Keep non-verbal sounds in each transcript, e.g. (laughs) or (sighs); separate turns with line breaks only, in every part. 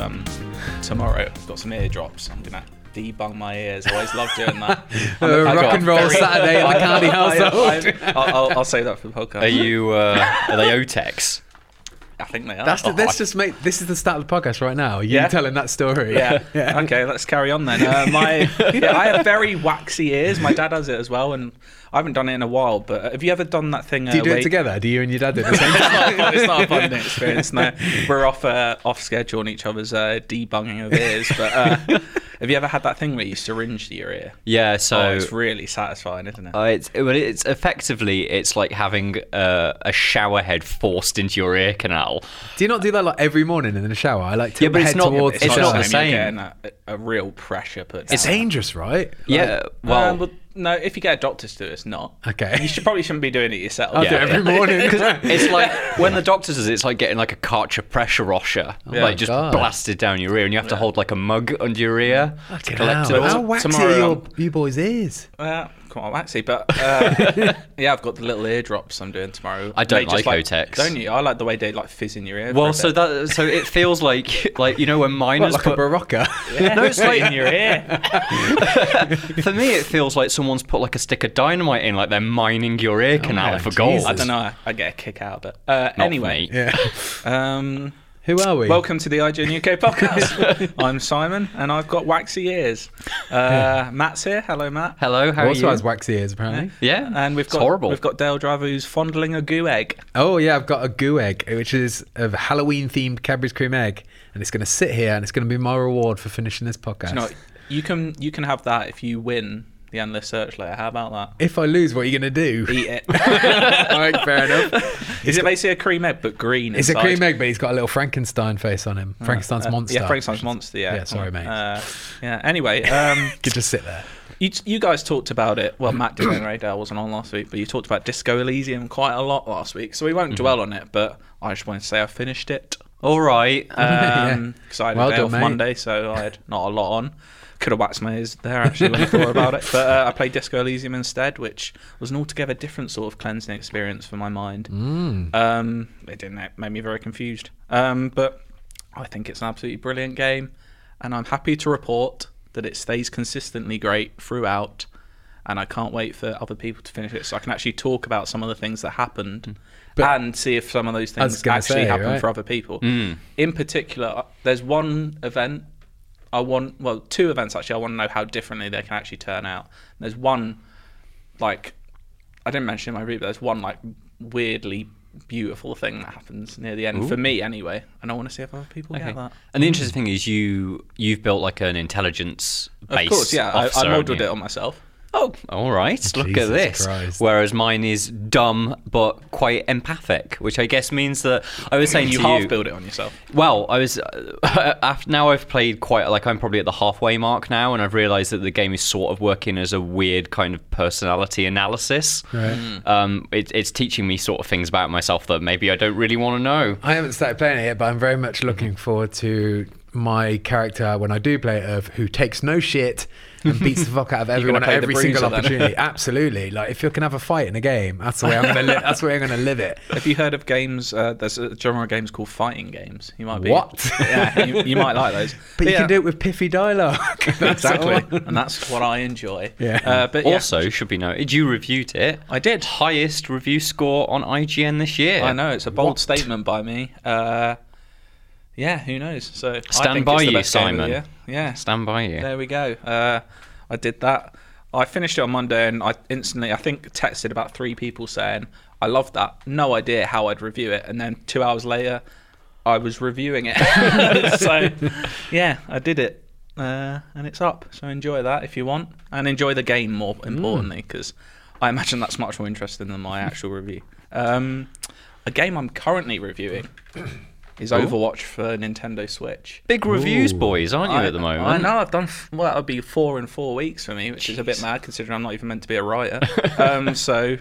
um, got some eardrops. I'm gonna debung my ears. I always love doing that.
(laughs) Uh,
I
rock
got
and roll
very-
Saturday in the Cardi household.
I, will I'll save that for the podcast.
Are you? Uh, are they Otex?
I think they are.
That's the,
Oh,
let's just make this is the start of the podcast right now. You
Yeah.
telling that story? (laughs)
yeah. Uh, Okay, let's carry on then. Uh, my, yeah, I have very waxy ears. My dad has it as well, and I haven't done it in a while. But uh, have you ever done that thing? Uh,
Do you do
where
it together? Do you and your dad do the same?
(laughs) it's, not a fun, it's not a
(laughs)
fun experience. No, we're off uh, off schedule on each other's uh, debunging of ears. But uh,
(laughs)
have you ever had that thing where you syringe your ear?
Yeah. So
Oh, it's really satisfying, isn't it?
Uh, it's well, it's effectively it's like having uh, a shower head forced into your ear canal.
do you not do that like every morning in the shower? I like tilt
Yeah, but
my
it's
head
not-
towards.
it's
the
not
sun.
the
You're
same.
getting a, a real pressure put.
It's
down.
dangerous, right?
yeah.
Well,
Well,
um, but no. If you get a doctor to do it, it's not.
Okay.
You should probably shouldn't be doing it yourself.
I'll do
Yeah,
it every morning. (laughs)
(laughs) it's like when the doctor does it, it's like getting like a Karcher pressure washer,
my
like just
God.
blasted down your ear, and you have to hold like a mug under your ear to collect it.
Wow, How
all.
waxy
tomorrow
are your,
I'm-
you boys' ears?
Well, come on, Maxi, but
(laughs)
uh, yeah, I've got the little eardrops I'm doing tomorrow.
I don't
They just
like Otex.
Don't you? I like the way they like fizz in your ear. for
Well,
a
so
bit.
that so it feels like like you know when
What,
miners
like a
put,
barocca?
(laughs)
(laughs)
no, it's like
in your ear.
(laughs) for me it feels like someone's put like a stick of dynamite in, like they're mining your ear canal
yeah,
for gold.
I
Jesus.
don't know. I, I get a kick out of it. Uh,
Not
anyway,
me.
(laughs) yeah.
um,
Who are we?
welcome to the IGN UK
(laughs)
podcast. I'm Simon, and I've got waxy ears.
(laughs)
Uh, Matt's here. Hello, Matt.
Hello, how
also
are you?
has waxy ears apparently.
yeah,
And we've
it's
got
horrible.
we've got Dale Driver who's fondling a goo egg.
Oh yeah, I've got a goo egg, which is a Halloween themed Cadbury's cream egg, and it's going to sit here, and it's going to be my reward for finishing this podcast.
No, you can you can have that if you win the endless search later. How about that?
if I lose, what are you going to
(laughs)
do? (laughs)
Eat it.
All (laughs) right, fair enough.
Is it basically a cream egg but green?
It's a
inside?
cream egg, but he's got a little Frankenstein face on him. Frankenstein's
Uh,
monster.
Yeah, Frankenstein's monster. Yeah.
Yeah, sorry, mate.
Uh, yeah. Anyway,
(laughs)
um,
Could just sit there.
you, you guys talked about it. Well, Matt didn't. Ray Dale wasn't on last week, but you talked about Disco Elysium quite a lot last week, so we won't
Mm-hmm.
dwell on it. But I just wanted to say I finished it
All
(laughs)
right.
because I had
Well
a day
done,
off
mate.
Monday, so I had not a lot on. Could have waxed my ears there actually when I thought about it, but uh, I played Disco Elysium instead, which was an altogether different sort of cleansing experience for my mind.
Mm.
Um, it didn't it made me very confused, um, but I think it's an absolutely brilliant game, and I'm happy to report that it stays consistently great throughout. And I can't wait for other people to finish it, so I can actually talk about some of the things that happened, and see if some of those
was
things
gonna
actually
say,
happen
right?
for other people. In particular, uh, there's one event I want, well, two events actually, I want to know how differently they can actually turn out. And there's one, like, I didn't mention it in my read, but there's one, like, weirdly beautiful thing that happens near the end, for me anyway. And I want to see if other people
Okay.
get that.
And the interesting thing is, you you've built like an intelligence
Of
base.
course, yeah, I,
officer,
I
haven't
modelled
you?
it on
(laughs)
myself.
Oh, all right. Look at
Jesus
this.
Christ.
Whereas mine is dumb but quite empathic, which I guess means that I was saying
You
to
half
you.
build it on yourself.
Well, I was (laughs) uh, af- now I've played quite like I'm probably at the halfway mark now, and I've realised that the game is sort of working as a weird kind of personality analysis.
Right. Mm.
Um, it, it's teaching me sort of things about myself that maybe I don't really want to know.
I haven't started playing it yet, but I'm very much
Mm-hmm.
looking forward to my character when I do play it of who takes no shit and beats the fuck
(laughs)
out of everyone at
play the
every single
bruiser then.
opportunity. Absolutely. Like if you can have a fight in a game, that's the way I'm gonna li- that's the way I'm gonna
(laughs)
live it.
Have you heard of games? Uh, there's a genre of games called fighting games. You might be
What?
Yeah, you, you might like
(laughs)
those.
But you
yeah.
can do it with piffy dialogue. That's all.
exactly, and that's what I
(laughs)
enjoy.
Yeah.
Uh, but yeah,
Also, should be noted, you reviewed it.
I did.
highest review score on IGN this year.
I know it's a bold statement by me. Uh, yeah, who knows? So I
Stand
think
by
it's the
you,
best game of the
Simon.
year. Yeah,
Stand by you.
there we go. Uh, I did that. I finished it on Monday, and I instantly, I think, texted about three people saying I love that. No idea how I'd review it, and then two hours later, I was reviewing it. (laughs) so yeah, I did it. Uh, and it's up, so enjoy that if you want, and enjoy the game more importantly, because I imagine that's much more interesting than my actual review. Um, a game I'm currently reviewing is Overwatch for Nintendo Switch.
Big reviews,
Ooh.
boys, aren't you
I-
at the moment?
I know I've done f- well. That would be four in four weeks for me, which is a bit
Jeez.
mad considering I'm not even meant to be a
(laughs)
writer. um, so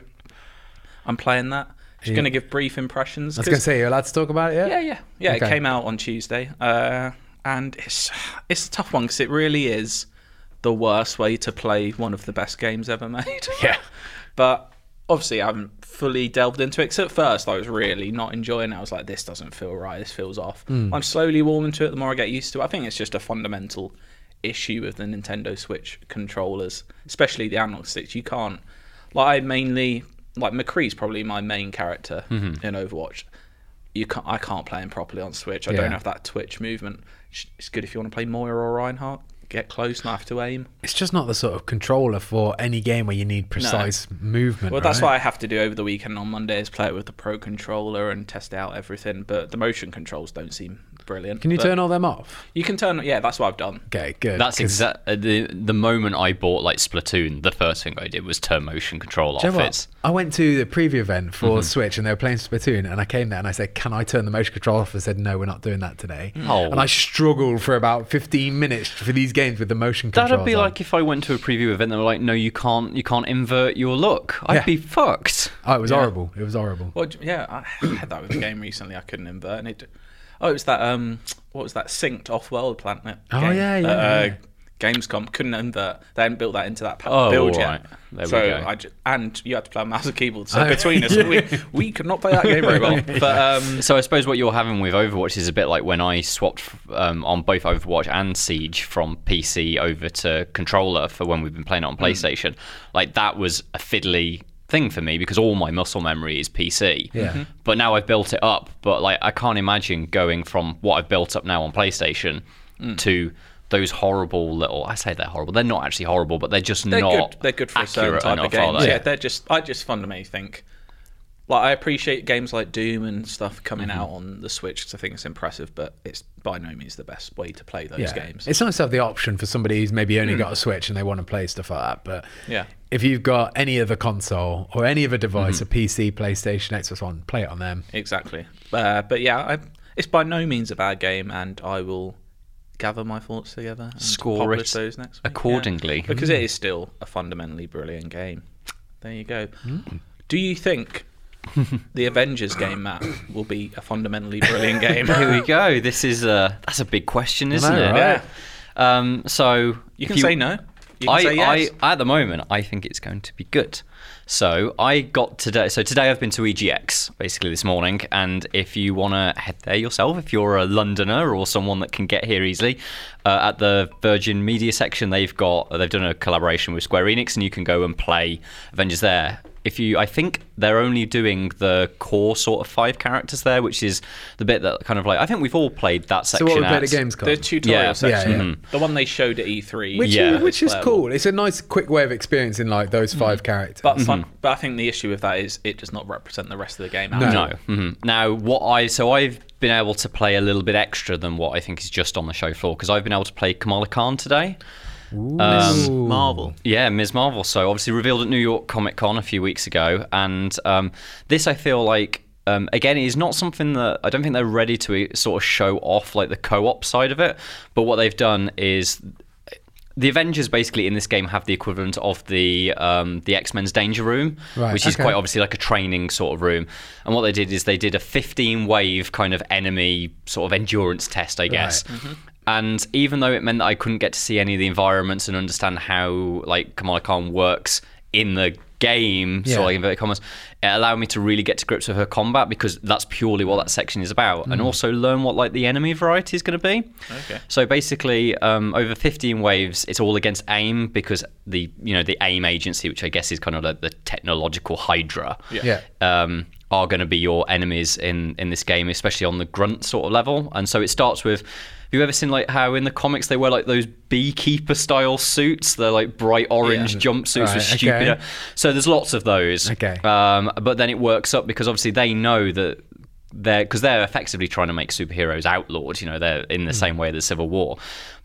I'm playing that. Just
Yeah.
going to give brief impressions.
I was
'cause-
gonna say, you're allowed to talk about it yet?
yeah, yeah, yeah.
Okay.
It came out on Tuesday, uh, and it's it's a tough one because it really is the worst way to play one of the best games ever made. (laughs)
Yeah.
but obviously, I haven't fully delved into it. 'cause at first, I was really not enjoying. it. I was like, "This doesn't feel right. This feels off." I'm slowly warming to it. The more I get used to it, I think it's just a fundamental issue with the Nintendo Switch controllers, especially the analog sticks. You can't. Like I mainly like McCree's probably my main character in Overwatch. You can't. I can't play him properly on Switch. I
Yeah.
don't have that twitch movement. Sh- It's good if you want to play Moira or Reinhardt. Get close, not have to aim.
It's just not the sort of controller for any game where you need precise movement.
Well, that's
right?
what I have to do over the weekend on Monday is play it with the Pro controller and test out everything. But the motion controls don't seem brilliant.
Can you
But
turn all them off?
You can turn. Yeah, that's what I've done.
Okay, good.
That's
'cause-
exact. The the moment I bought like Splatoon, the first thing I did was turn motion control off.
Do you know what?
It's
I went to the preview event for Switch and they were playing Splatoon and I came there and I said, Can I turn the motion control off? They said, No, we're not doing that today.
Oh.
And I struggled for about 15 minutes for these games with the motion control.
that'd be like if I went to a preview event. They were like, "No, you can't. You can't invert your look. I'd
Yeah.
be fucked."
Oh, it was horrible. It was horrible.
Well, j- yeah, I (coughs) had that with a game recently. I couldn't invert, and it. Oh, it was that. Um, what was that? Synced off-world planet.
Oh,
game
yeah,
at,
yeah, yeah.
Gamescom couldn't invert. They hadn't built that into that pa-
Oh,
build
alright.
yet.
There we
so
go.
I j- and you had to play on mouse and keyboard. So
Oh, (laughs)
between us, we we could not play that game very well. But um,
So I suppose what you're having with Overwatch is a bit like when I swapped um, on both Overwatch and Siege from PC over to controller for when we've been playing it on PlayStation. Like that was a fiddly thing for me because all my muscle memory is PC.
Yeah. Mhm.
But now I've built it up. But like I can't imagine going from what I've built up now on PlayStation to those horrible little. I say they're horrible. They're not actually horrible, but they're just
they're
not.
good. They're good for a certain
accurate
type of
enough, are
games.
they?
Yeah, they're just. I just fundamentally think. Like I appreciate games like Doom and stuff coming
Mm-hmm.
out on the Switch because I think it's impressive, but it's by no means the best way to play those
Yeah.
games. Hmm.
It's nice to have the option for somebody who's maybe only got a Switch and they want to play stuff like that. But
Yeah. Hmm.
if you've got any other console or any other device, a PC, PlayStation, Xbox One, play it on them.
Exactly. Uh, but yeah, I, it's by no means a bad game, and I will gather my thoughts together and
Score
publish
it
those next week, yeah.
accordingly. Hmm.
because it is still a fundamentally brilliant game. There you go.
Hmm.
Do you
(laughs)
think the Avengers game, Matt, will be a fundamentally
(laughs)
brilliant game?
Here we go. This is a that's a big question, isn't
know,
it?
right?
Um, so
You
if
can say no. You can
I,
say yes.
I at the moment I think it's going to be good. So I got today. So today I've been to EGX basically this morning, and if you want to head there yourself, if you're a Londoner or someone that can get here easily, uh, at the Virgin Media section they've got they've done a collaboration with Square Enix, and you can go and play Avengers there. If you, I think they're only doing the core sort of five characters there, which is the bit that kind of like I think we've all played that
So what
section.
we
at-
played at Gamescom?
the tutorial
Yeah.
section,
Yeah, yeah.
the one they showed at E E3,
which
Yeah.
is, which is
Playable.
cool. It's a nice, quick way of experiencing like those five characters.
Hmm.
Mm-hmm.
But, fun, but I think the issue with that is it does not represent the rest of the game. at all.
No. hmm Now, what I so I've been able to play a little bit extra than what I think is just on the show floor because I've been able to play Kamala Khan today.
um,
Ooh.
Marvel.
Yeah, Ms. Marvel. So obviously revealed at New York Comic Con a few weeks ago, and um, this I feel like. Um, again, is not something that I don't think they're ready to uh, sort of show off like the co-op side of it. But what they've done is the Avengers basically in this game have the equivalent of the um, the X Men's Danger Room,
Right,
which is
okay.
quite obviously like a training sort of room. And what they did is they did a 15 wave kind of enemy sort of endurance test, I guess.
Mm-hmm.
And even though it meant that I couldn't get to see any of the environments and understand how like Kamala Khan works in the game, so
Yeah.
like inverted commas, it allowed me to really get to grips with her combat because that's purely what that section is about,
Mm.
and also learn what like the enemy variety is going to be.
Okay.
So basically, um, over 15 waves, it's all against AIM because the you know the AIM agency, which I guess is kind of like the technological hydra,
Yeah.
um, are going to be your enemies in in this game, especially on the grunt sort of level. And so it starts with. Have you ever seen like how in the comics they wear like those beekeeper style suits? They're like bright orange jumpsuits
Right,
with stupid.
okay.
So there's lots of those.
Okay.
Um, but then it works up because obviously they know that they're because they're effectively trying to make superheroes outlawed. You know, they're in
Hmm.
the same way as the Civil War,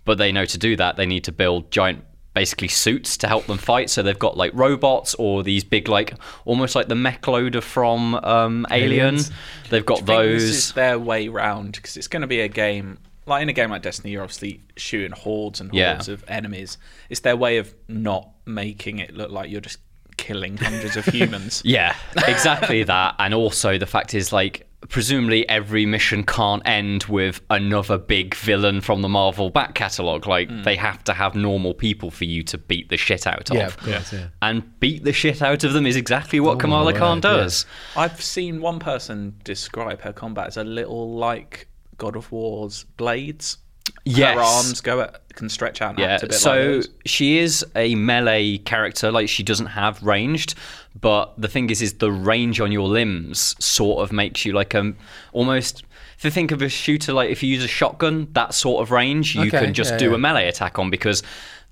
but they know to do that they need to build giant. Basically, suits to help them fight. So they've got like robots or these big, like almost like the mech loader from um, Alien.
Aliens.
They've got
think
those.
This is their way round because it's going to be a game like in a game like Destiny. You're obviously shooting hordes and
Yeah.
hordes of enemies. It's their way of not making it look like you're just killing hundreds
(laughs)
of humans.
Yeah, exactly that. And also the fact is like presumably every mission can't end with another big villain from the Marvel back catalog. Like they have to have normal people for you to beat the shit out
Hmm.
of.
Yeah, of course, yeah.
And beat the shit out of them is exactly what Kamala
word,
Khan
yeah.
does.
I've seen one person describe her combat as a little like God of War's blades.
Yes.
her arms go at, can stretch out. and
Yeah,
act a bit like
so
those.
she is a melee character. Like she doesn't have ranged, but the thing is, is the range on your limbs sort of makes you like um almost. If you think of a shooter, like if you use a shotgun, that sort of range, you
Okay,
can just
yeah,
do
yeah.
a melee attack on because,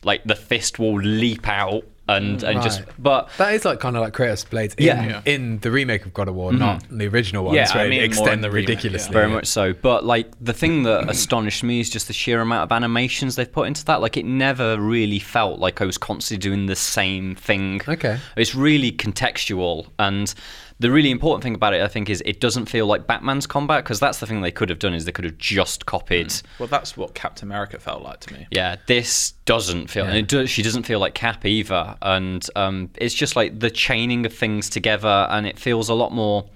like the fist will leap out and and just.
Right.
But
That is like kind of like Kratos blades in,
Yeah. Yeah.
in the remake of God of War, not the original one.
Hmm. Yeah, I
where they
mean more in
extend
the remake, yeah.
ridiculously.
very much so. But like the thing that (coughs) astonished me is just the sheer amount of animations they've put into that. Like it never really felt like I was constantly doing the same thing.
Okay.
It's really contextual and the really important thing about it I think is it doesn't feel like Batman's combat because that's the thing they could have done is they could have just copied
Well, that's what Captain America felt like to me.
yeah, this doesn't feel, and it does, she doesn't feel like Cap either. And um, it's just like the chaining of things together, and it feels a lot more.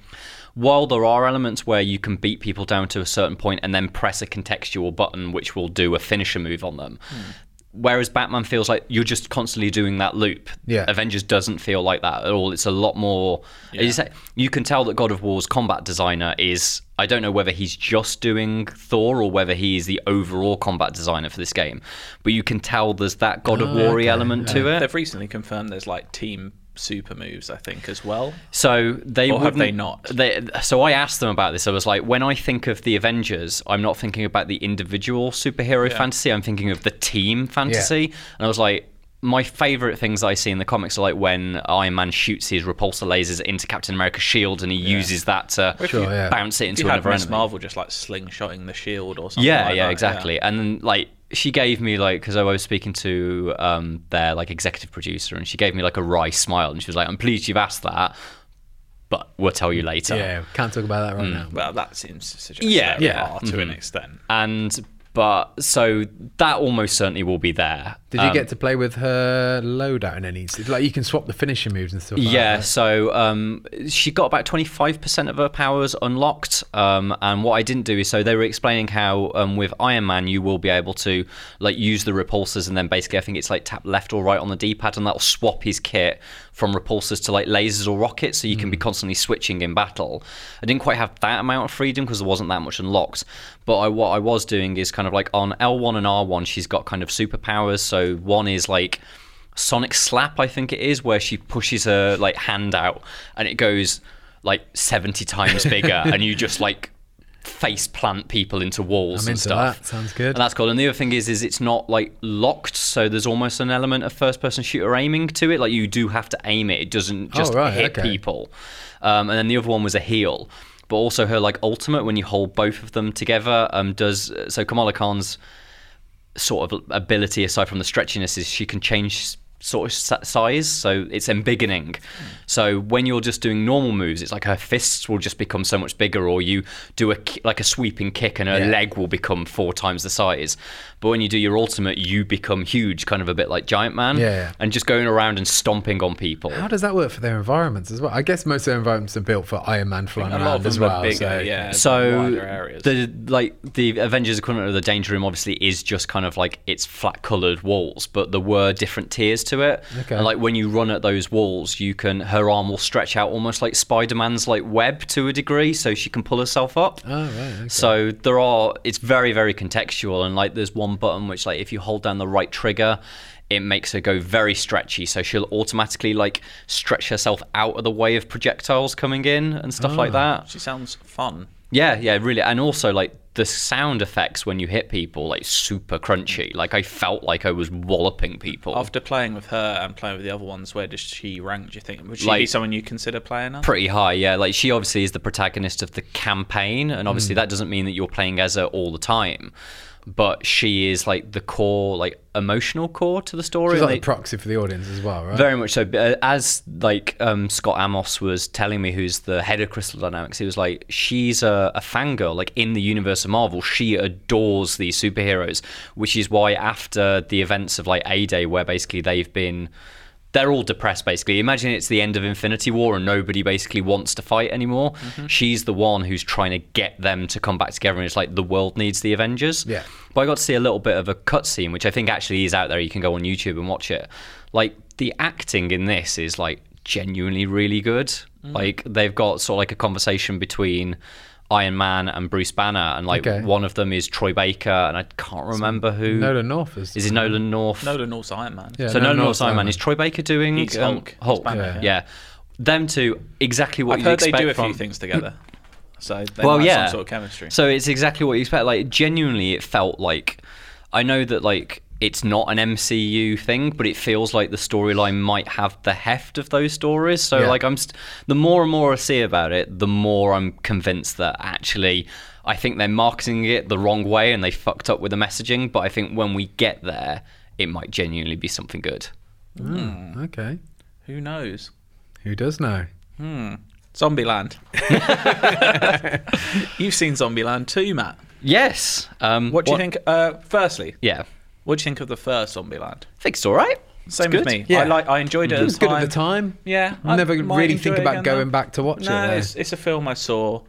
While there are elements where you can beat people down to a certain point and then press a contextual button, which will do a finisher move on them. Whereas Batman feels like you're just constantly doing that loop.
Yeah.
Avengers doesn't feel like that at all. It's a lot more. it's- you can tell that God of War's combat designer is. I don't know whether he's just doing Thor or whether he is the overall combat designer for this game, but you can tell there's that God of War element to it.
They've recently confirmed there's like team super moves, I think, as well.
So they
Or have they
wouldn't-
not?
They, so I asked them about this. I was like, when I think of the Avengers, I'm not thinking about the individual superhero fantasy. I'm thinking of the team fantasy. And I was like, my favorite things I see in the comics are like when Iron Man shoots his repulsor lasers into Captain America's shield, and he uses that to
Sure,
yeah.
bounce it
If
into
you had
another
Miss
enemy.
Marvel just like slingshotting the shield or something.
Yeah,
like
yeah,
that,
exactly. And then like she gave me like because I was speaking to um, their like executive producer, and she gave me like a wry smile, and she was like, "I'm pleased you've asked that." But we'll tell you later.
Yeah, can't talk about that right now.
Well, that seems to suggest
Yeah,
they
yeah. Mm-hmm.
are to an extent.
and but so that almost certainly will be there.
Did
Um,
you get to play with her loadout in any? Like you can swap the finishing moves and stuff. Like
Yeah,
That.
so um, she got about 25% of her powers unlocked. Um, and what I didn't do is so they were explaining how um, with Iron Man, you will be able to like use the repulsors and then basically I think it's like tap left or right on the D pad and that'll swap his kit from repulsors to like lasers or rockets so you can be constantly switching in battle. I didn't quite have that amount of freedom because there wasn't that much unlocked. But I, what I was doing is kind of like on L1 and R1, she's got kind of superpowers. So one is like. Sonic Slap, I think it is, where she pushes her like hand out and it goes like seventy times bigger, and you just like face plant people into walls
I'm
and
into
stuff.
that. Sounds good.
And that's cool. And the other thing is, is it's not like locked, so there's almost an element of first-person shooter aiming to it. Like you do have to aim it; it doesn't just
Oh, right,
hit
okay.
people. Um, and then the other one was a heel, but also her like ultimate when you hold both of them together um, does so. Kamala Khan's sort of ability aside from the stretchiness is she can change sort of sa- size so it's embiggening
Hmm.
so when you're just doing normal moves it's like her fists will just become so much bigger or you do a ki- like a sweeping kick and her
Yeah.
leg will become four times the size but when you do your ultimate you become huge kind of a bit like giant man
Yeah, yeah.
and just going around and stomping on people
How does that work for their environments as well? I guess most of their environments are built for Iron Man flying
A
around
lot of
as
them
well.
are bigger,
so-
yeah.
so
uh, wider areas.
the like the Avengers equivalent of the Danger Room obviously is just kind of like it's flat coloured walls, but there were different tiers to it.
Okay.
And like when you run at those walls, you can her arm will stretch out almost like Spider Man's like web to a degree, so she can pull herself up.
Oh, right. okay.
So there are. It's very very contextual, and like there's one button which like if you hold down the right trigger. It makes her go very stretchy, so she'll automatically like stretch herself out of the way of projectiles coming in and stuff
Oh.
like that.
She sounds fun.
Yeah, yeah, really. And also, like, the sound effects when you hit people, like, super crunchy. Like, I felt like I was walloping people.
After playing with her and playing with the other ones, where does she rank? Do you think would she be
Like-
someone you consider playing? Her?
Pretty high, yeah. Like, she obviously is the protagonist of the campaign. And obviously, that doesn't mean that you're playing as her all the time. But she is, like, the core, like, emotional core to the story.
it's
and
like a
they-
proxy for the audience as well, right?
Very much so. But, uh, As like um, Scott Amos was telling me, who's the head of Crystal Dynamics, he was like, she's a, a fangirl. Like in the universe of Marvel, she adores these superheroes, which is why after the events of like A Day, where basically they've been. They're all depressed, basically. Imagine it's the end of Infinity War and nobody basically wants to fight anymore.
Mm-hmm.
She's the one who's trying to get them to come back together, and it's like the world needs the Avengers.
Yeah.
But I got to see a little bit of a cutscene, which I think actually is out there. You can go on YouTube and watch it. Like the acting in this is like genuinely really good. Like they've got sort of like a conversation between Iron Man and Bruce Banner, and like
Okay.
one of them is Troy Baker, and I can't remember who.
Nolan North is.
Is it Nolan North?
Nolan North's Iron Man.
Yeah.
So Nolan
Nolan
North's Iron Man. Is Troy Baker doing
He's
um,
Hulk. He's
Hulk.
Banner,
yeah.
yeah.
Them two, exactly what
I've
you
heard they
expect
do a
from.
few
(laughs)
things together. So they
well,
might have
yeah.
some sort of chemistry.
So it's exactly what you expect. Like genuinely, it felt like I know that like it's not an MCU thing, but it feels like the storyline might have the heft of those stories. So
Yeah.
like I'm st- the more and more I see about it, the more I'm convinced that actually. I think they're marketing it the wrong way and they fucked up with the messaging, but I think when we get there, it might genuinely be something good.
hmm,
Hmm.
Okay.
Who knows?
Who does know?
(laughs)
Zombieland. You've seen Zombieland too, Matt.
Yes. Um,
What do you think? Uh, firstly,
Yeah. I
what do you think of the first Zombieland?
think it's all right. It's
Same
good.
with me.
Yeah.
I like. I enjoyed it.
It was
at
good at the time.
Yeah,
I never
might
really
enjoy
think
it
about
again,
going
though.
back to watch
no,
it. though.
it's, it's a film I saw,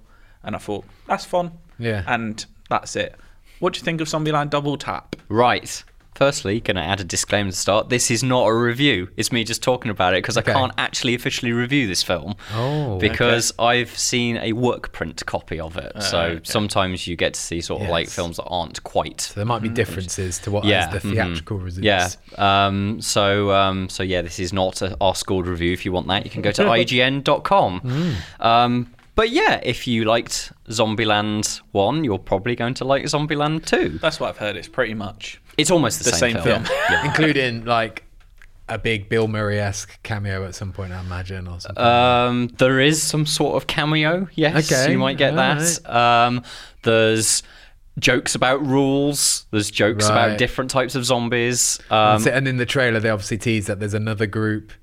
and I thought that's fun.
Yeah.
and that's it. What do you think of Zombieland Double Tap?
Right. Firstly, going to add a disclaimer to start. This is not a review. It's me just talking about it because
Okay.
I can't actually officially review this film.
Oh.
Because I've seen a work print copy of
Ah,
it. so sometimes you get to see sort of like
Yes.
films that aren't quite.
there might be
Hmm.
differences to what is
Yeah,
the
mhm.
theatrical release.
Yeah. Um, so um, so yeah, this is not a R scored review. If you want that, you can
(laughs)
go to IGN.com.
Hmm.
Um, but yeah, if you liked Zombieland one, you're probably going to like Zombieland two.
That's what I've heard. It's pretty much
It's almost the,
the same, film.
including like a big Bill Murray esque cameo at some point, I imagine, or something.
Um, there is some sort of cameo. Yes,
Okay,
you might get that. Um, there's jokes about rules. There's jokes
Right.
about different types of zombies. Um,
So- and in the trailer, they obviously tease that there's another group,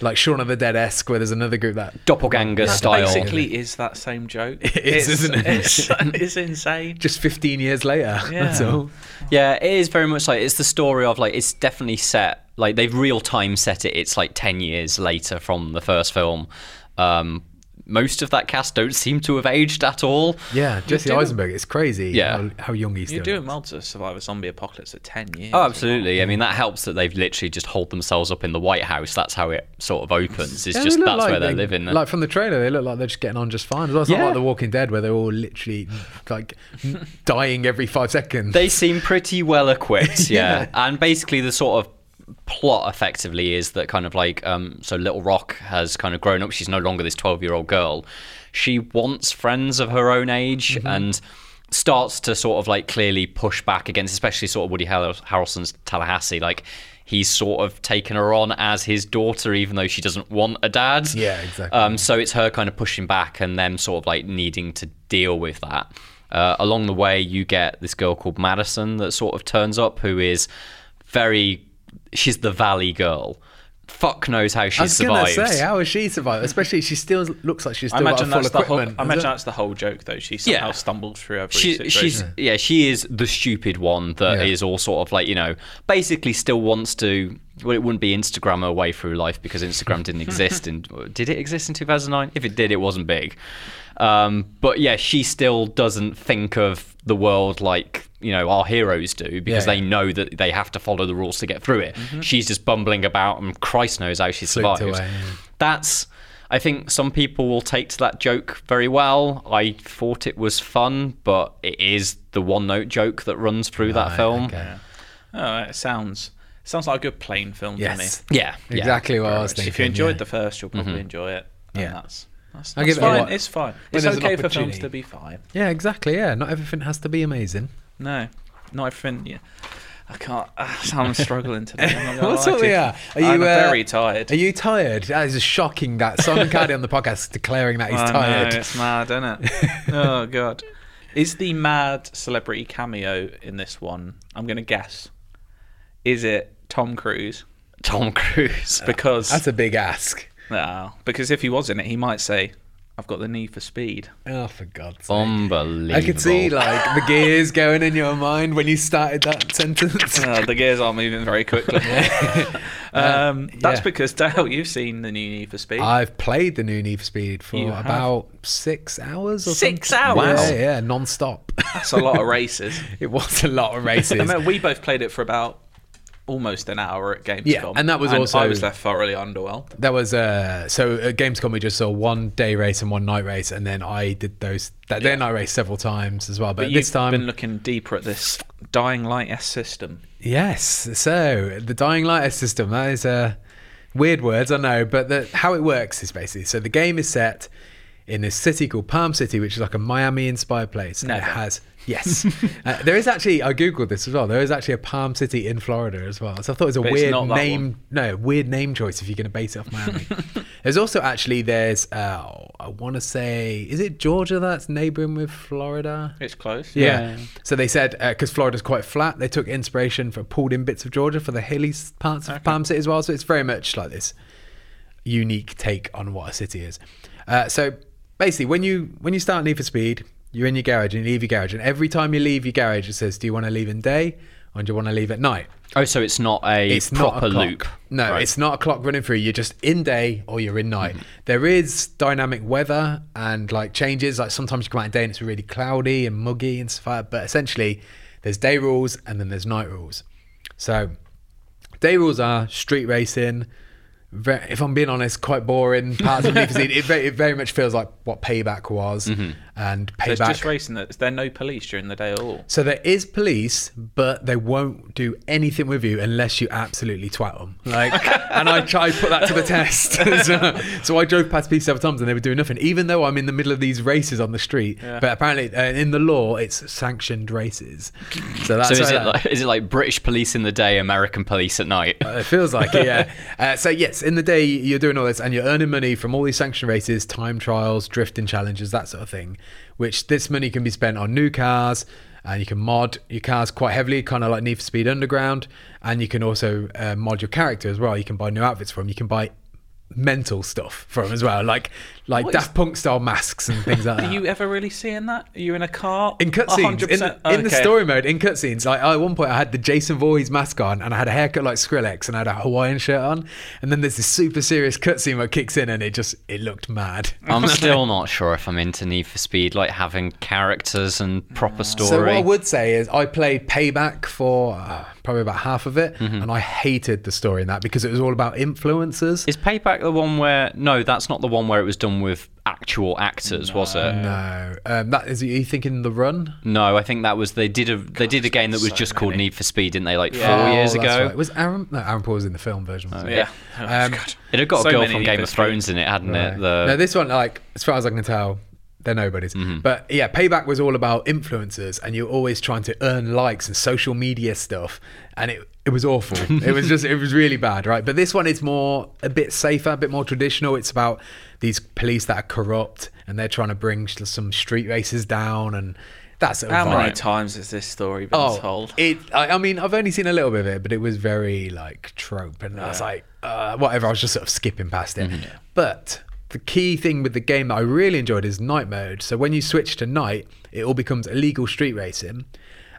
like Shaun of the Dead esque, where there's another group that.
doppelganger
That
style.
basically is that same joke. It
is, isn't (laughs)
(laughs)
it?
It's,
(laughs)
it's insane.
Just 15 years later. (laughs)
Yeah.
That's all.
Yeah, it is very much like it's the story of like it's definitely set like they've real time set it. It's like ten years later from the first film. Um, most of that cast don't seem to have aged at all.
Yeah, Jesse
doing-
Eisenberg. It's crazy
Yeah.
how, how young he's
You're
doing.
doing well to survive a zombie apocalypse at ten years.
Oh, absolutely. I mean, that helps that they've literally just holed themselves up in the White House. That's how it sort of opens. It's
Yeah, they
just
look
that's
like
where they're
they-
living.
Like from the trailer, they look like they're just getting on just fine. It's not
Yeah.
like The Walking Dead, where they're all literally like dying every five seconds.
they seem pretty
(laughs)
well equipped, yeah.
Yeah.
And basically, the sort of plot effectively is that kind of like um, so Little Rock has kind of grown up. She's no longer this twelve-year-old girl. She wants friends of her own age
Mm-hmm.
and starts to sort of like clearly push back against, especially sort of Woody Har- Harrelson's Tallahassee, like. He's sort of taken her on as his daughter, even though she doesn't want a dad.
Yeah, exactly.
Um, so it's her kind of pushing back and them sort of like needing to deal with that. Uh, along the way, you get this girl called Madison that sort of turns up, who is very, she's the Valley girl. Fuck knows how she
I was
survives.
gonna say, how has she survived? Especially, she still looks like she's
I
still got
imagine
full
that's the whole.
equipment.
I imagine that's the whole joke, though. She somehow
Yeah.
stumbles through every
she,
situation.
she's yeah, she is the stupid one that is
Yeah.
all sort of like you know, basically still wants to. Well, it wouldn't be Instagram her way through life
(laughs)
because Instagram didn't exist. And did it exist in 2009? If it did, it wasn't big. Um, but yeah, she still doesn't think of the world like you know our heroes do because
Yeah,
they
yeah.
know that they have to follow the rules to get through it. She's just bumbling about, and Christ knows how she
Slipped
survives.
away, yeah.
That's. I think some people will take to that joke very well. I thought it was fun, but it is the one-note joke that runs through that
Right,
film.
okay.
Oh, it sounds sounds like a good plane film
Yes,
to
Yeah, yeah.
exactly what I was
me.
thinking.
If you enjoyed
yeah. Mm-hmm.
the first, you'll probably enjoy it. And
Yeah.
that's that's,
I'll
that's
give it a
fine.
wa-
it's fine.
when
It's
there's an
okay for films
opportunity.
to be fine.
yeah, exactly. Yeah, not everything has to be amazing.
No, not everything. Yeah. I can't. ah, I'm struggling today.
(laughs)
I'm not gonna
What's
lie
up
to
with
you.
you?
I'm
you, uh,
very tired.
Are you tired? That is shocking. That (laughs) Simon Cardi on the podcast declaring that he's
I know,
tired.
it's mad,
(laughs)
isn't it? oh god. Is the mad celebrity cameo in this one? I'm gonna guess. Is it Tom Cruise?
(laughs)
Tom Cruise.
Because
Ah, That's a big ask.
Ah, because if he was in it, he might say, "I've got the need for speed."
Oh, for God's sake.
Unbelievable.
I could see like the gears going in your mind when you started that (laughs) sentence.
Uh, the gears are moving very
(laughs)
quickly. um, that's
yeah.
because Dale, you've seen the new Need for Speed.
I've played the new Need for Speed for
You have?
about six hours or
Six
something.
hours?
Yeah, yeah, non-stop. (laughs)
That's a lot of races.
it was a lot of races.
I mean, we both played it for about almost an hour at Gamescom.
Yeah, and that was also-
I was left thoroughly underwhelmed.
That was uh so at Gamescom we just saw one day race and one night race, and then I did those that day night race several times as well. But,
But
this
you've
time,
been looking deeper at this Dying Light S system.
yes. So the dying light system that is uh, weird words I know, but the, how it works is basically so the game is set in this city called Palm City, which is like a Miami-inspired place. and It
Never.
has
(laughs)
yes, uh, there is actually I googled this as well. There is actually a Palm City in Florida as well. So I thought it was a
But it's
weird
not that
name
one.
no weird name choice if you're going to base it
(laughs)
off Miami. there's also actually there's uh, I want to say is it Georgia that's neighboring with Florida?
It's close.
Yeah.
Yeah.
So they said because Florida's quite flat, they took inspiration from pulled in bits of Georgia for the hilly s- parts of Palm City as well. So it's very much like this unique take on what a city is. Uh, so basically, when you when you start Need for Speed, you're in your garage and you leave your garage, and every time you leave your garage, it says, "Do you want to leave in day or do you want to leave at night?"
Oh, so it's not a
it's
proper
not a
loop.
Clock. No,
Right. Mm-hmm.
it's not a clock running through. You're just in day or you're in night. There is dynamic weather and like changes. Like sometimes you come out in day and it's really cloudy and muggy and stuff like that. But essentially, there's day rules and then there's night rules. So, day rules are street racing. Very, if I'm being honest, quite boring parts of Need for Speed. It very, it very much feels like what Payback was,
Mm-hmm.
and
There's
Payback.
just racing that. Is there no police during the day at all?
So there is police, but they won't do anything with you unless you absolutely twat them.
(laughs)
Like, and I tried put that to the test. (laughs) so, so I drove past police several times and they were doing nothing, even though I'm in the middle of these races on the street. But apparently, uh, in the law, it's sanctioned races. So that's
So
why
is it,
that-
like, is it like British police in the day, American police at night?
(laughs) it feels like it, yeah. Uh, so yes, in the day you're doing all this and you're earning money from all these sanction races, time trials, drifting challenges, that sort of thing. Which this money can be spent on new cars, and you can mod your cars quite heavily, kind of like Need for Speed Underground, and you can also uh, mod your character as well. You can buy new outfits for them. You can buy mental stuff for them as well, like like
What is-
Daft Punk style masks and things like that.
Are (laughs) you ever really seeing that? Are you in a car?
In cutscenes, in,
100%?
in the
Okay.
story mode, in cutscenes, like at one point I had the Jason Voorhees mask on and I had a haircut like Skrillex and I had a Hawaiian shirt on, and then there's this super serious cutscene where it kicks in and it just it looked mad. (laughs)
I'm still not sure if I'm into Need for Speed, like having characters and proper story.
So what I would say is I played Payback for uh, probably about half of it,
Mm-hmm.
and I hated the story in that because it was all about influencers.
Is Payback the one where? No, that's not the one where it was done with actual actors, was it?
no, um, that is. Are you thinking the run?
No, I think that was they did a they did a game that was just called Need for Speed, didn't they? Like four
Oh,
years
that's
ago. Oh,
right. was Aaron? No, Aaron Paul was in the film version. wasn't he?
Yeah. Oh,
Um,
It had got
So
a girl
many
from
Need
Game
for
of
Speed.
Thrones in it, hadn't it? The, Mm-hmm.
no, this one, like as far as I can tell, they're nobodies. But yeah, Payback was all about influencers, and you're always trying to earn likes and social media stuff, and it it was
(laughs)
awful. it was just it was really bad, right? But this one is more a bit safer, a bit more traditional. It's about these police that are corrupt, and they're trying to bring s- some street races down, and that's sort of
How many
vibe.
times has this story been told?
Oh, It. I, I mean, I've only seen a little bit of it, but it was very like trope, and I was like, uh, whatever. I was just sort of skipping past it.
Mm-hmm.
But the key thing with the game that I really enjoyed is night mode. So when you switch to night, it all becomes illegal street racing.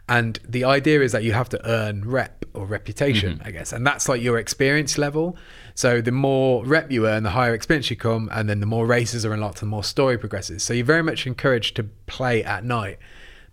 And the idea is that you have to earn rep or reputation,
Mm-hmm.
I guess. And that's like your experience level. So the more rep you earn, the higher experience you come. And then the more races are unlocked, the more story progresses. So you're very much encouraged to play at night.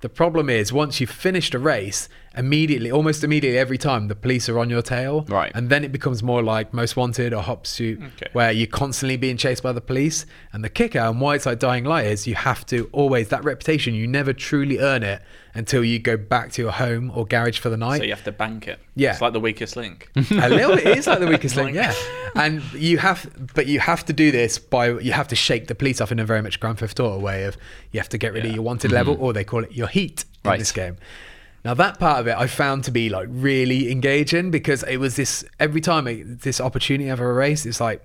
The problem is once you've finished a race, immediately, almost immediately, every time the police are on your tail,
Right.
And then it becomes more like Most Wanted or Hop Suit, where you're constantly being chased by the police. And the kicker and why it's like Dying Light is you have to always that reputation. You never truly earn it until you go back to your home or garage for the night.
So you have to bank it.
Yeah.
It's like the weakest link.
(laughs) a little bit is like the weakest link, yeah. And you have, but you have to do this by you have to shake the police off in a very much Grand Theft Auto way of you have to get rid of your wanted level, or they call it your heat in
Right.
this game. Now that part of it I found to be like really engaging because it was this every time it, this opportunity ever a race, it's like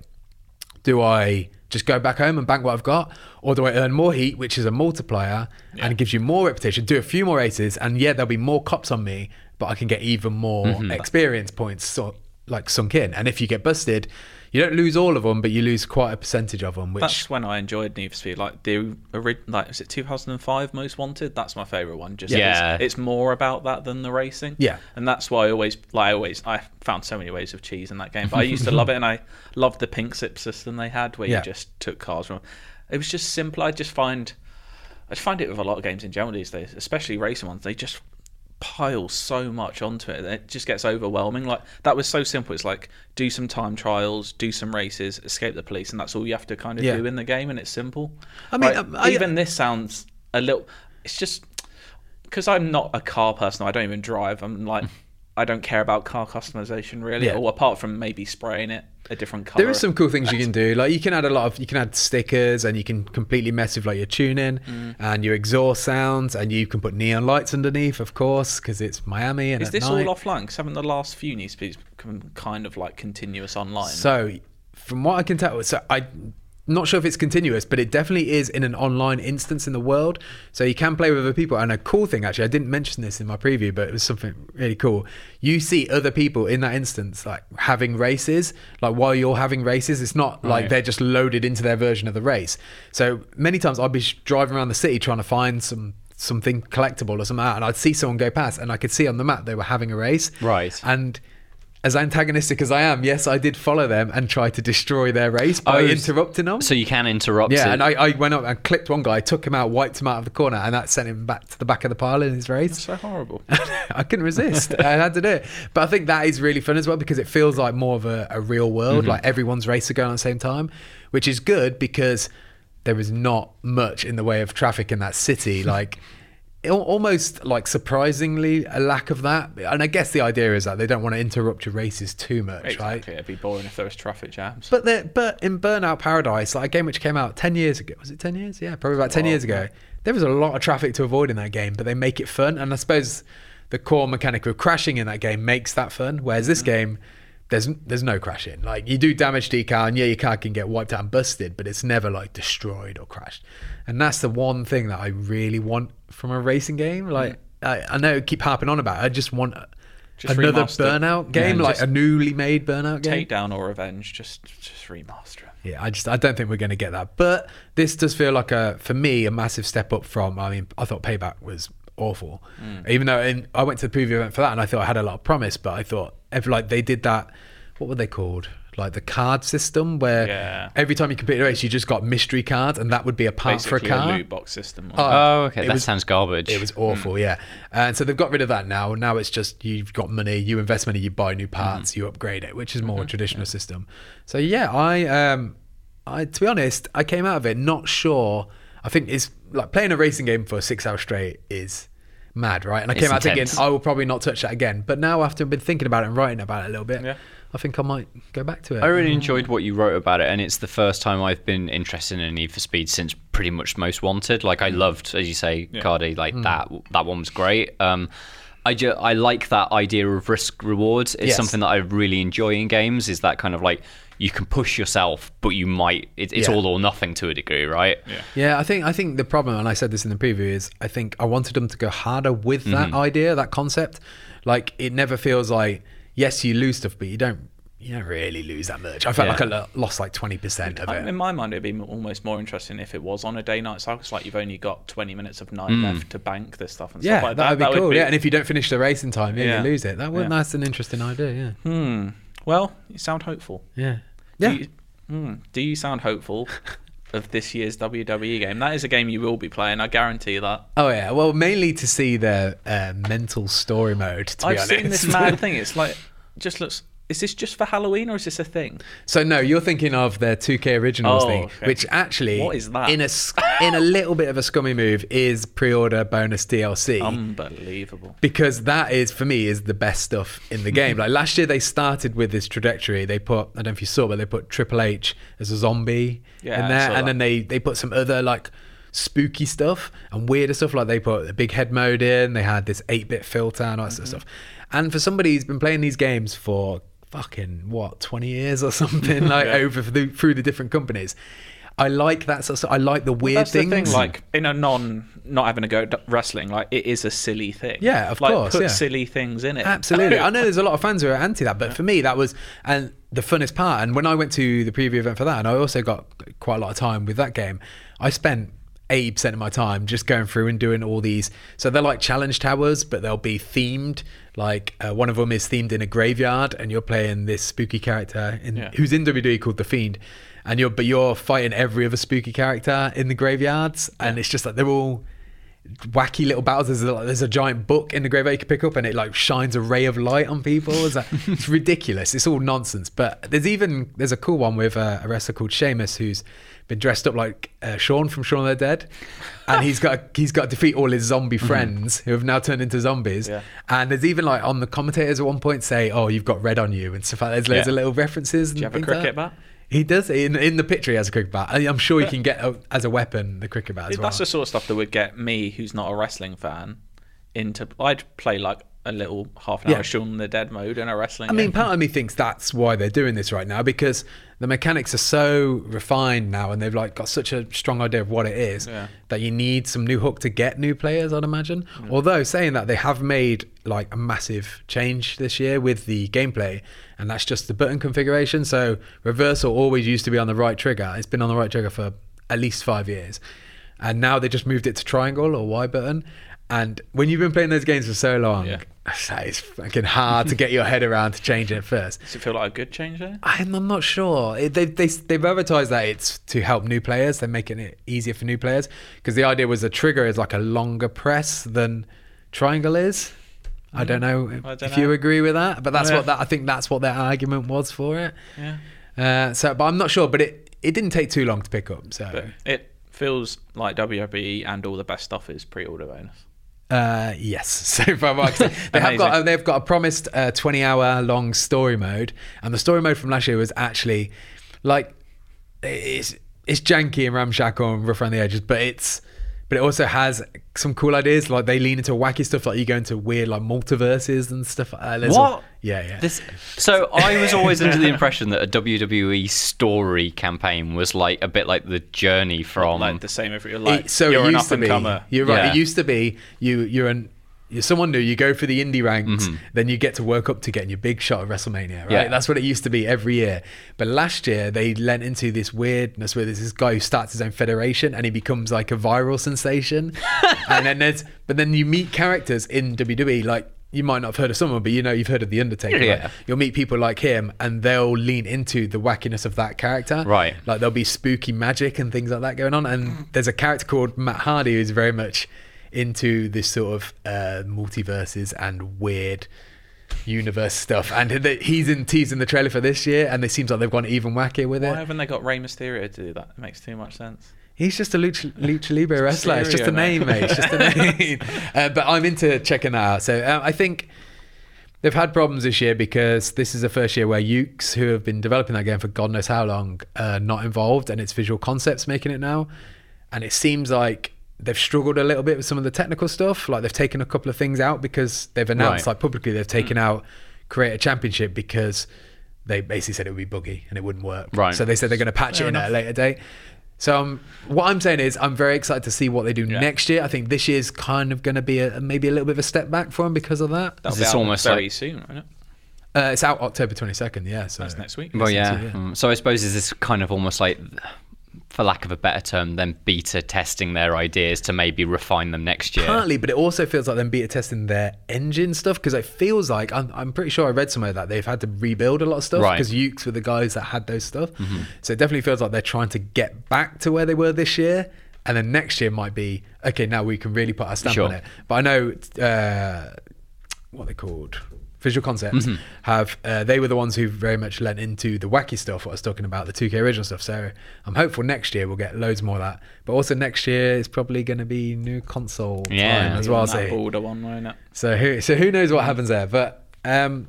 do I just go back home and bank what I've got, or do I earn more heat, which is a multiplier and gives you more reputation? Do a few more races, and yeah, there'll be more cops on me, but I can get even more
Mm-hmm.
experience points, sort like sunk in. And if you get busted, you don't lose all of them, but you lose quite a percentage of them, which
That's when I enjoyed Need for Speed. Like the ori- like is it 2005 Most Wanted? That's my favorite one. Just 'cause
Yeah.
it's more about that than the racing.
Yeah.
and that's why I always like I always I found so many ways of cheese in that game. But I
(laughs)
used to love it, and I loved the pink sip system they had, where
Yeah.
you just took cars from. It was just simple. I just find I just find it with a lot of games in general these days, especially racing ones. They just pile so much onto it that it just gets overwhelming. Like that was so simple. It's like do some time trials, do some races, escape the police, and that's all you have to kind of
Yeah.
do in the game, and it's simple.
I mean,
Like,
um, I-
even this sounds a little. It's just because I'm not a car person. I don't even drive. I'm
(laughs)
like. I don't care about car customization really,
Yeah.
or apart from maybe spraying it a different color.
There is some cool things you can do. Like you can add a lot of you can add stickers and you can completely mess with like your tuning
Mm.
and your exhaust sounds and you can put neon lights underneath, of course, because it's Miami and
Is
at
this
night.
all offline? Because haven't the last few news pieces become kind of like continuous online?
So, from what I can tell, so I. Not sure if it's continuous, but it definitely is in an online instance in the world. So you can play with other people. And a cool thing, actually, I didn't mention this in my preview, but it was something really cool. You see other people in that instance, like having races, like while you're having races, it's not like they're just loaded into their version of the race. So many times I'll be sh- driving around the city trying to find some something collectible or something, like that, and I'd see someone go past, and I could see on the map they were having a race.
Right.
And as antagonistic as I am, yes, I did follow them and try to destroy their race by
Oh,
interrupting them.
So you can interrupt.
yeah,
it.
and I, I went up and clipped one guy, took him out, wiped him out of the corner, and that sent him back to the back of the pile in his race.
so horrible.
(laughs) I couldn't resist. I had to do it. But I think that is really fun as well because it feels like more of a, a real world, like everyone's race are going at the same time, which is good because there is not much in the way of traffic in that city. Like, al- almost like surprisingly, a lack of that. And I guess the idea is that they don't want to interrupt your races too much, right?
exactly. It'd be boring if there was traffic jams.
But there, but in Burnout Paradise, like a game which came out ten years ago, was it ten years? Yeah, probably about ten years ago. There was a lot of traffic to avoid in that game, but they make it fun. And I suppose the core mechanic of crashing in that game makes that fun. Whereas
Mm-hmm.
this game, there's there's no crashing. Like you do damage to your car, and yeah, your car can get wiped out and busted, but it's never like destroyed or crashed. And that's the one thing that I really want from a racing game. Like I, I know I keep harping on about. It. I just want. a-
Mm-hmm. Just
another
remaster.
burnout game,
Yeah,
like
just-
a newly made burnout game.
Takedown or Revenge, just just remaster it.
Yeah, I just I don't think we're going to get that. But this does feel like a for me a massive step up from. I mean, I thought Payback was awful,
Mm.
even though in, I went to the preview event for that and I thought I had a lot of promise. But I thought if, like they did that, what were they called? Like the card system where
Yeah.
every time you completed a race, you just got mystery cards, and that would be a part
Basically,
for a car.
a loot box system.
Oh, okay.
It
that
was-
sounds garbage.
It was awful,
Hmm.
yeah. And so they've got rid of that now. Now it's just you've got money, you invest money, you buy
Mm-hmm.
new parts, you upgrade it, which is more a traditional system. So yeah, I um I to be honest, I came out of it not sure. I think it's like playing a racing game for 6 hours straight is mad, right? And I
It's
came out
intense.
thinking I will probably not touch that again. But now after I've been thinking about it and writing about it a little bit,
Yeah.
I think I might go back to it.
I really enjoyed what you wrote about it, and it's the first time I've been interested in a Need for Speed since pretty much Most Wanted. Like I loved, as you say, Cardi, like that. That one was great. Um, I ju- I like that idea of risk rewards. It's
Yes.
something that I really enjoy in games. Is that kind of like you can push yourself, but you might. It, it's
Yeah.
all or nothing to a degree, right?
Yeah.
Yeah, I think I think the problem, and I said this in the preview, is I think I wanted them to go harder with that
Mm-hmm.
idea, that concept. Like it never feels like yes, you lose stuff, but you don't you don't really lose that much. I felt
Yeah.
like I lo- lost like twenty percent of
I-
it.
in my mind, it'd be m- almost more interesting if it was on a day-night cycle. It's like you've only got 20 minutes of night left to bank this stuff and
Hmm. Yeah,
stuff like
that'd
that.
be
That would
cool. Yeah, and if you don't finish the race in time, yeah,
Yeah.
you lose it. That would
Yeah.
that's an interesting idea. Yeah,
well, you sound hopeful.
yeah,
Do
yeah.
you, Hmm, do you sound hopeful of this year's WWE game? That is a game you will be playing. I guarantee you that.
oh yeah. Well, mainly to see the uh, mental story mode. To
I've
be honest,
seen this
(laughs)
mad thing. It's like just looks. Is this just for Halloween or is this a thing?
So no, you're thinking of their 2K Originals
Oh,
thing,
okay.
which actually,
What is that?
In a sc- in a little bit of a scummy move, is pre-order bonus DLC
Oh Unbelievable.
because that is for me is the best stuff in the
Mm-hmm.
game. like last year, they started with this trajectory. They put I don't know if you saw, but they put Triple H as a zombie
Yeah,
in
I
there,
saw
and
that.
then they they put some other like spooky stuff and weirder stuff. Like they put the big head mode in. They had this eight bit filter and all that sort
Mm-hmm.
of stuff. And for somebody who's been playing these games for fucking what twenty years
(laughs)
or something, like over through, through the different companies. I like that sort of stuff. I like the weird
That's
things.
the thing. Like in a non not having a go at wrestling, like it is a silly thing.
Yeah, of
like,
course,
Put
yeah.
silly things in it. (laughs)
Absolutely. I know there's a lot of fans who are anti that, but for me, that was and the funnest part. And when I went to the preview event for that, and I also got quite a lot of time with that game, I spent. 80% of my time just going through and doing all these. So they're like challenge towers, but they'll be themed. Like uh, one of them is themed in a graveyard, and you're playing this spooky character in,
Yeah.
who's in WWE called the Fiend, and you're but you're fighting every other spooky character in the graveyards, and it's just like they're all wacky little battles. There's a, there's a giant book in the graveyard you can pick up, and it like shines a ray of light on people.
(laughs)
It's, like, it's ridiculous. It's all nonsense. But there's even there's a cool one with uh, a wrestler called Sheamus who's been dressed up like uh, Sean from Shaun of the Dead, and he's got (laughs) he's got to defeat all his zombie friends who have now turned into zombies.
Mm-hmm. Yeah.
And there's even like on the commentators at one point say, "Oh, you've got red on you," and stuff like that. There's loads
Yeah.
of little references.
you have a cricket bat?
He does. In, in the picture, he has a cricket bat. I, I'm sure you can get a, as a weapon the cricket bat as well.
That's the sort of stuff that would get me, who's not a wrestling fan, into. I'd play like a little half an hour
Yeah.
Shaun the Dead mode in a wrestling.
I mean,
game.
part of me thinks that's why they're doing this right now because the mechanics are so refined now, and they've like got such a strong idea of what it is
Yeah.
that you need some new hook to get new players. I'd imagine. Although saying that, they have made like a massive change this year with the gameplay, and that's just the button configuration. So reversal always used to be on the right trigger. It's been on the right trigger for at least five years, and now they just moved it to triangle or Y button. And when you've been playing those games for so long,
Yeah.
(sighs) that is fucking hard to get your head around to change it first.
does it feel like a good change there?
I'm, I'm not sure. It, they, they, they've advertised that it's to help new players. They're making it easier for new players because the idea was the trigger is like a longer press than triangle is. I don't know
Mm. I don't
if you
know.
agree with that, but that's
Yeah.
what that, I think that's what their argument was for it.
Yeah.
Uh, so, but I'm not sure. But it, it didn't take too long to pick up. So
But it feels like WWE and all the best stuff is pre-order bonus.
Uh, yes, (laughs) so far Mark, they have got
Amazing.
they've got a promised uh, twenty hour long story mode, and the story mode from last year was actually like it's it's janky and ramshackle and rough around the edges, but it's but it also has some cool ideas. Like they lean into wacky stuff, like you go into weird like multiverses and stuff. Uh, there's a-
What?
yeah, yeah.
This, so I was always under the impression that a WWE story campaign was like a bit like the journey from.
like the same every like
It- so
you're
it
an
used
up
to
and
be.
comer.
You're right.
Yeah.
It used to be you. You're an you're someone new. You go through the indie ranks, then you get to work up to getting your big shot at WrestleMania. Right.
Mm-hmm. Yeah.
That's what it used to be every year. But last year they lent into this weirdness where there's this guy who starts his own federation and he becomes like a viral
(laughs)
sensation. and then there's but then you meet characters in WWE like. You might not have heard of someone, but you know you've heard of the Undertaker.
Yeah.
right? You'll meet people like him, and they'll lean into the wackiness of that character.
Right.
Like there'll be spooky magic and things like that going on. And there's a character called Matt Hardy who's very much into this sort of uh, multiverses and weird universe stuff. And th- he's in teasing the trailer for this year, and it seems like they've gone even wackier with
Why
it.
haven't they got Rey Mysterio to do that? It makes too much sense.
He's just a lucha, lucha libre wrestler. it's just a
Mysterio, mate.
name, mate. It's just a name. (laughs) uh, but I'm into checking that out. So um, I think they've had problems this year because this is the first year where Ukes, who have been developing that game for God knows how long, are not involved, and it's Visual Concepts making it now. And it seems like they've struggled a little bit with some of the technical stuff. Like they've taken a couple of things out because they've announced,
Right.
like publicly, they've taken out Creator Championship because they basically said it would be buggy and it wouldn't work.
Right.
So they said they're going to patch it in at a later date. So um, what I'm saying is, I'm very excited to see what they do next year. I think this year's kind of going to be a, maybe a little bit of a step back for them because of that.
That'll
This
be
is
out
almost
very
like-
soon, right?
Uh, it's out October 22nd. Yeah, so
That's next week.
well,
Yes,
yeah.
indeed, yeah.
Mm. So I suppose is this kind of almost like, for lack of a better term, then beta testing their ideas to maybe refine them next year.
Partly, but it also feels like them beta testing their engine stuff because it feels like I'm, I'm pretty sure I read somewhere that they've had to rebuild a lot of stuff
Right.
because Ukes were the guys that had those stuff.
Mm-hmm.
So it definitely feels like they're trying to get back to where they were this year. And then next year might be okay. Now we can really put our stamp on
Sure.
it. But I know uh, what they called Visual Concepts
Mm-hmm.
have. Uh, they were the ones who very much lent into the wacky stuff. What I was talking about, the 2K original stuff. So I'm hopeful next year we'll get loads more of that. But also next year is probably going to be new console
Yeah.
time as well.
That
So,
border one, won't it?
so who so who knows what happens there? But um,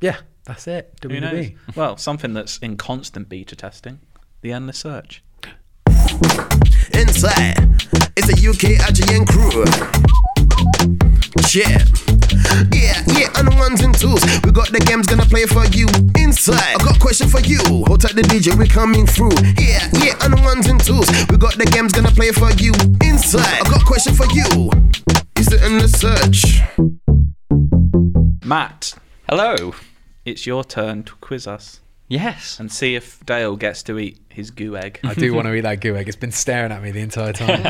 yeah, that's it.
Who knows?
WWE.
well, something that's in constant beta testing, the endless search.
Inside, it's a UK IGN crew. Yeah. Yeah, yeah, and the ones and twos. We got the games gonna play for you. Inside, I got a question for you. Hold tight the DJ, we coming through. Yeah, yeah, and the ones and twos. We got the games gonna play for you. Inside, I got a question for you. Is it in the search?
Matt,
Hello.
it's your turn to quiz us
Yes.
and see if Dale gets to eat his goo
(laughs)
egg.
I do want to eat that goo egg. It's been staring at me the
(laughs)
entire time.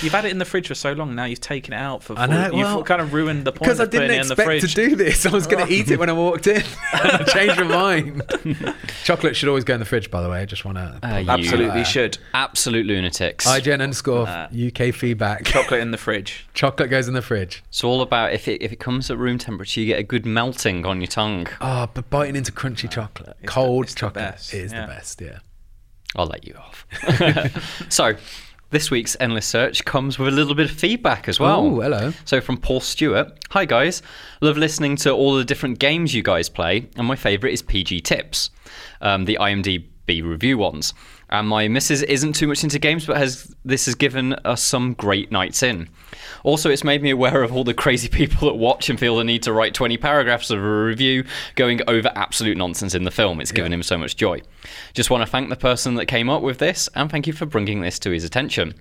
You've had it in the fridge for so long now. You've taken it out for.
I know,
you've
well,
kind of ruined the point
Because I
of putting
didn't
it in the
expect to
fridge. Oh.
do this. I was going to eat it when I
(laughs)
walked in. (laughs) I changed my mind. Chocolate should always go in the fridge, by the way. I just want to.
Uh, you
Absolutely
are
should.
Absolute lunatics.
IGN underscore
Uh,
UK feedback.
Chocolate in the fridge.
Chocolate goes in the fridge.
It's all about if it if it comes at room temperature, you get a good melting on your tongue.
Oh, but biting into
Uh,
crunchy chocolate, cold
it's the
chocolate
best,
is
yeah.
the best. Yeah.
I'll let you off. (laughs) so, this week's Endless Search comes with a little bit of feedback as well.
Oh, hello.
So, from Paul Stewart Hi, guys. Love listening to all the different games you guys play, and my favourite is PG Tips, um, the IMDb review ones. And my missus isn't too much into games, but has this has given us some great nights in. Also, it's made me aware of all the crazy (laughs) people that watch and feel the need to write 20 paragraphs of a review going over absolute nonsense in the film. It's given him so much joy. Just want to thank the person that came up with this and thank you for bringing this to his attention.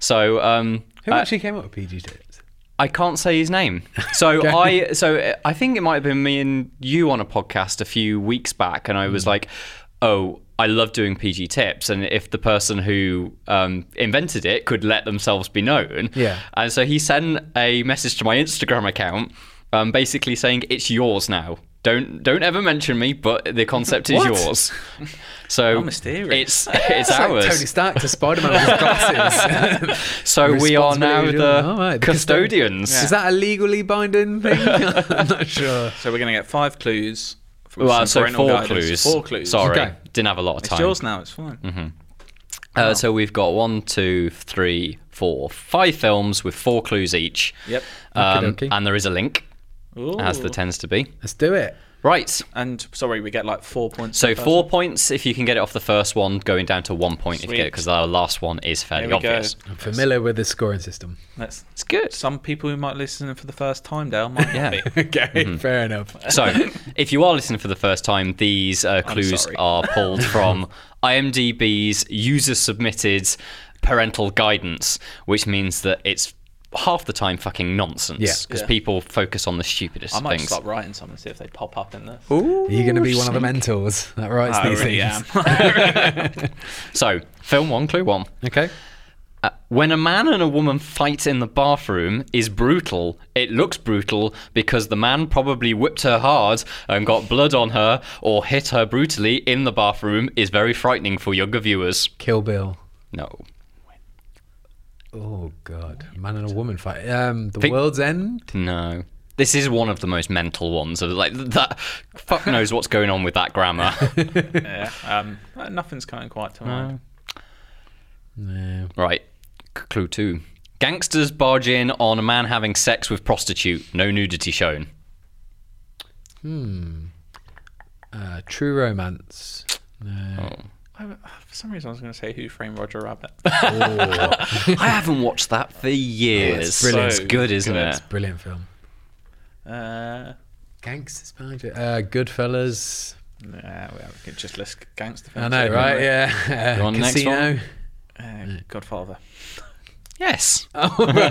So, um,
Who
uh,
actually came up with PG tips?
I can't say his name.
(laughs)
So I so uh, I think it might have been me and you on a podcast a few weeks back, and I
Hmm.
was like, oh. I love doing PG tips, and if the person who um, invented it could let themselves be known,
Yeah.
And so he sent a message to my Instagram account, um, basically saying it's yours now. Don't don't ever mention me, but the concept is
What? (laughs)
yours. So
mysterious.
it's it's
It's like
ours.
Tony Stark to Spider Man with his glasses.
(laughs) so we are now
Responsibility,
the
all right, the custod-
custodians.
Is that a legally binding thing?
(laughs)
I'm not sure.
So we're gonna get five clues. From some
Well, so
parental
four
guidance.
clues.
Four clues.
Sorry,
Okay.
didn't have a lot of
It's
time. Mm-hmm.
yours now. It's fine.
Uh, so we've got one, two, three, four, five films with four clues each.
Yep.
Um,
Okey-dokey.
and there is a link, as
Ooh.
there tends to be.
Let's do it.
Right.
And sorry, we get like four points.
So
per person.
four points if you can get it off the first one, going down to one point if you get it,
Sweet.
because our last one is fairly
There we go. (laughs)
obvious.
I'm familiar with the scoring system. (laughs)
That's
It's good.
some people who might listen for the first time, Dale, might not
Yeah.
be.
Okay,
Mm-hmm.
fair enough.
So, if you are listening for the first time, these uh, clues
sorry.
are
(laughs)
pulled from IMDb's user submitted parental guidance, which means that it's half the time fucking nonsense
Yeah.
because
Yeah.
people focus on the stupidest
I might
things.
start writing some and see if they pop up in this.
Are you going to be one of the mentors that writes
I
these
really
things?
am.
So, film one, clue one.
Okay.
Uh, when a man and a woman fight in the bathroom is brutal, it looks brutal because the man probably whipped her hard and got blood on her or hit her brutally in the bathroom is very frightening for younger viewers.
Kill Bill.
No.
Oh God, man and a woman fight. Um, the
Think-
world's end.
No. This is one of the most mental ones. Of like that, fuck knows what's going on with that grammar.
(laughs) yeah. Um, uh, nothing's coming quite to mind.
No.
right, c- clue two: gangsters barge in on a man having sex with prostitute. No nudity shown.
Uh, True (laughs) Romance.
Oh.
I, uh, for some reason, I was going to say Who Framed Roger Rabbit. (laughs) Uh,
Oh,
I haven't watched that for years.
brilliant.
It's good, isn't
Good.
it?
Brilliant film.
uh,
Gangsters behind it. Uh, Goodfellas.
nah, well, we could just list gangster
I
films.
know,
here,
right?
couldn't
Yeah.
You
Uh,
want the next
Casino.
one?
we? Uh, Godfather.
Yes.
(laughs) Oh my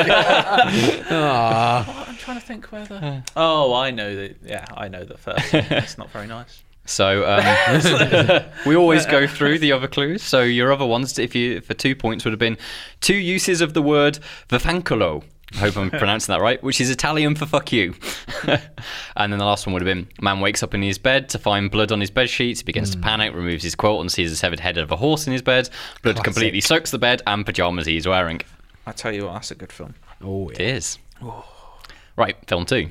(laughs)
God. Aw.
I'm trying to think where the. Oh, I know the. Yeah, I know the first. one. It's not very nice.
So um, (laughs) we always go through the other clues. So your other ones, if you for two points, would have been two uses of the word "vifancolo." I hope I'm pronouncing that right, which is Italian for "fuck you." (laughs) and then the last one would have been: man wakes up in his bed to find blood on his bed sheets, begins to panic, removes his quilt, and sees a severed head of a horse in his bed. Blood completely soaks the bed and pajamas he's wearing.
I tell you what, that's a good film.
Oh,
It is. Right, film two.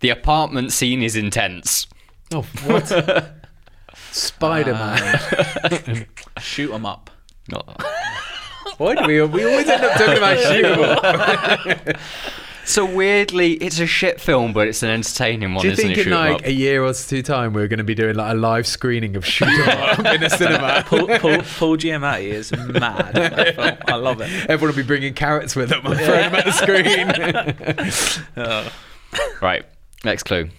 The apartment scene is intense.
oh what? Spider Man.
Uh,
Shoot 'em up.
Not-
(laughs)
(laughs)
Why do we, we always end up talking about you?
So weirdly, it's a shit film, but it's an entertaining one,
Do you
isn't
think
it?
in
Shoot 'em
like
up?
a year or two time we're going to be doing like a live screening of Shoot
(laughs)
'em Up in a cinema?
Paul, Paul, Paul Giamatti is mad. in
(laughs)
that film. I love it.
Everyone will be bringing carrots with them and throwing them at the screen.
(laughs) Oh.
right, next clue.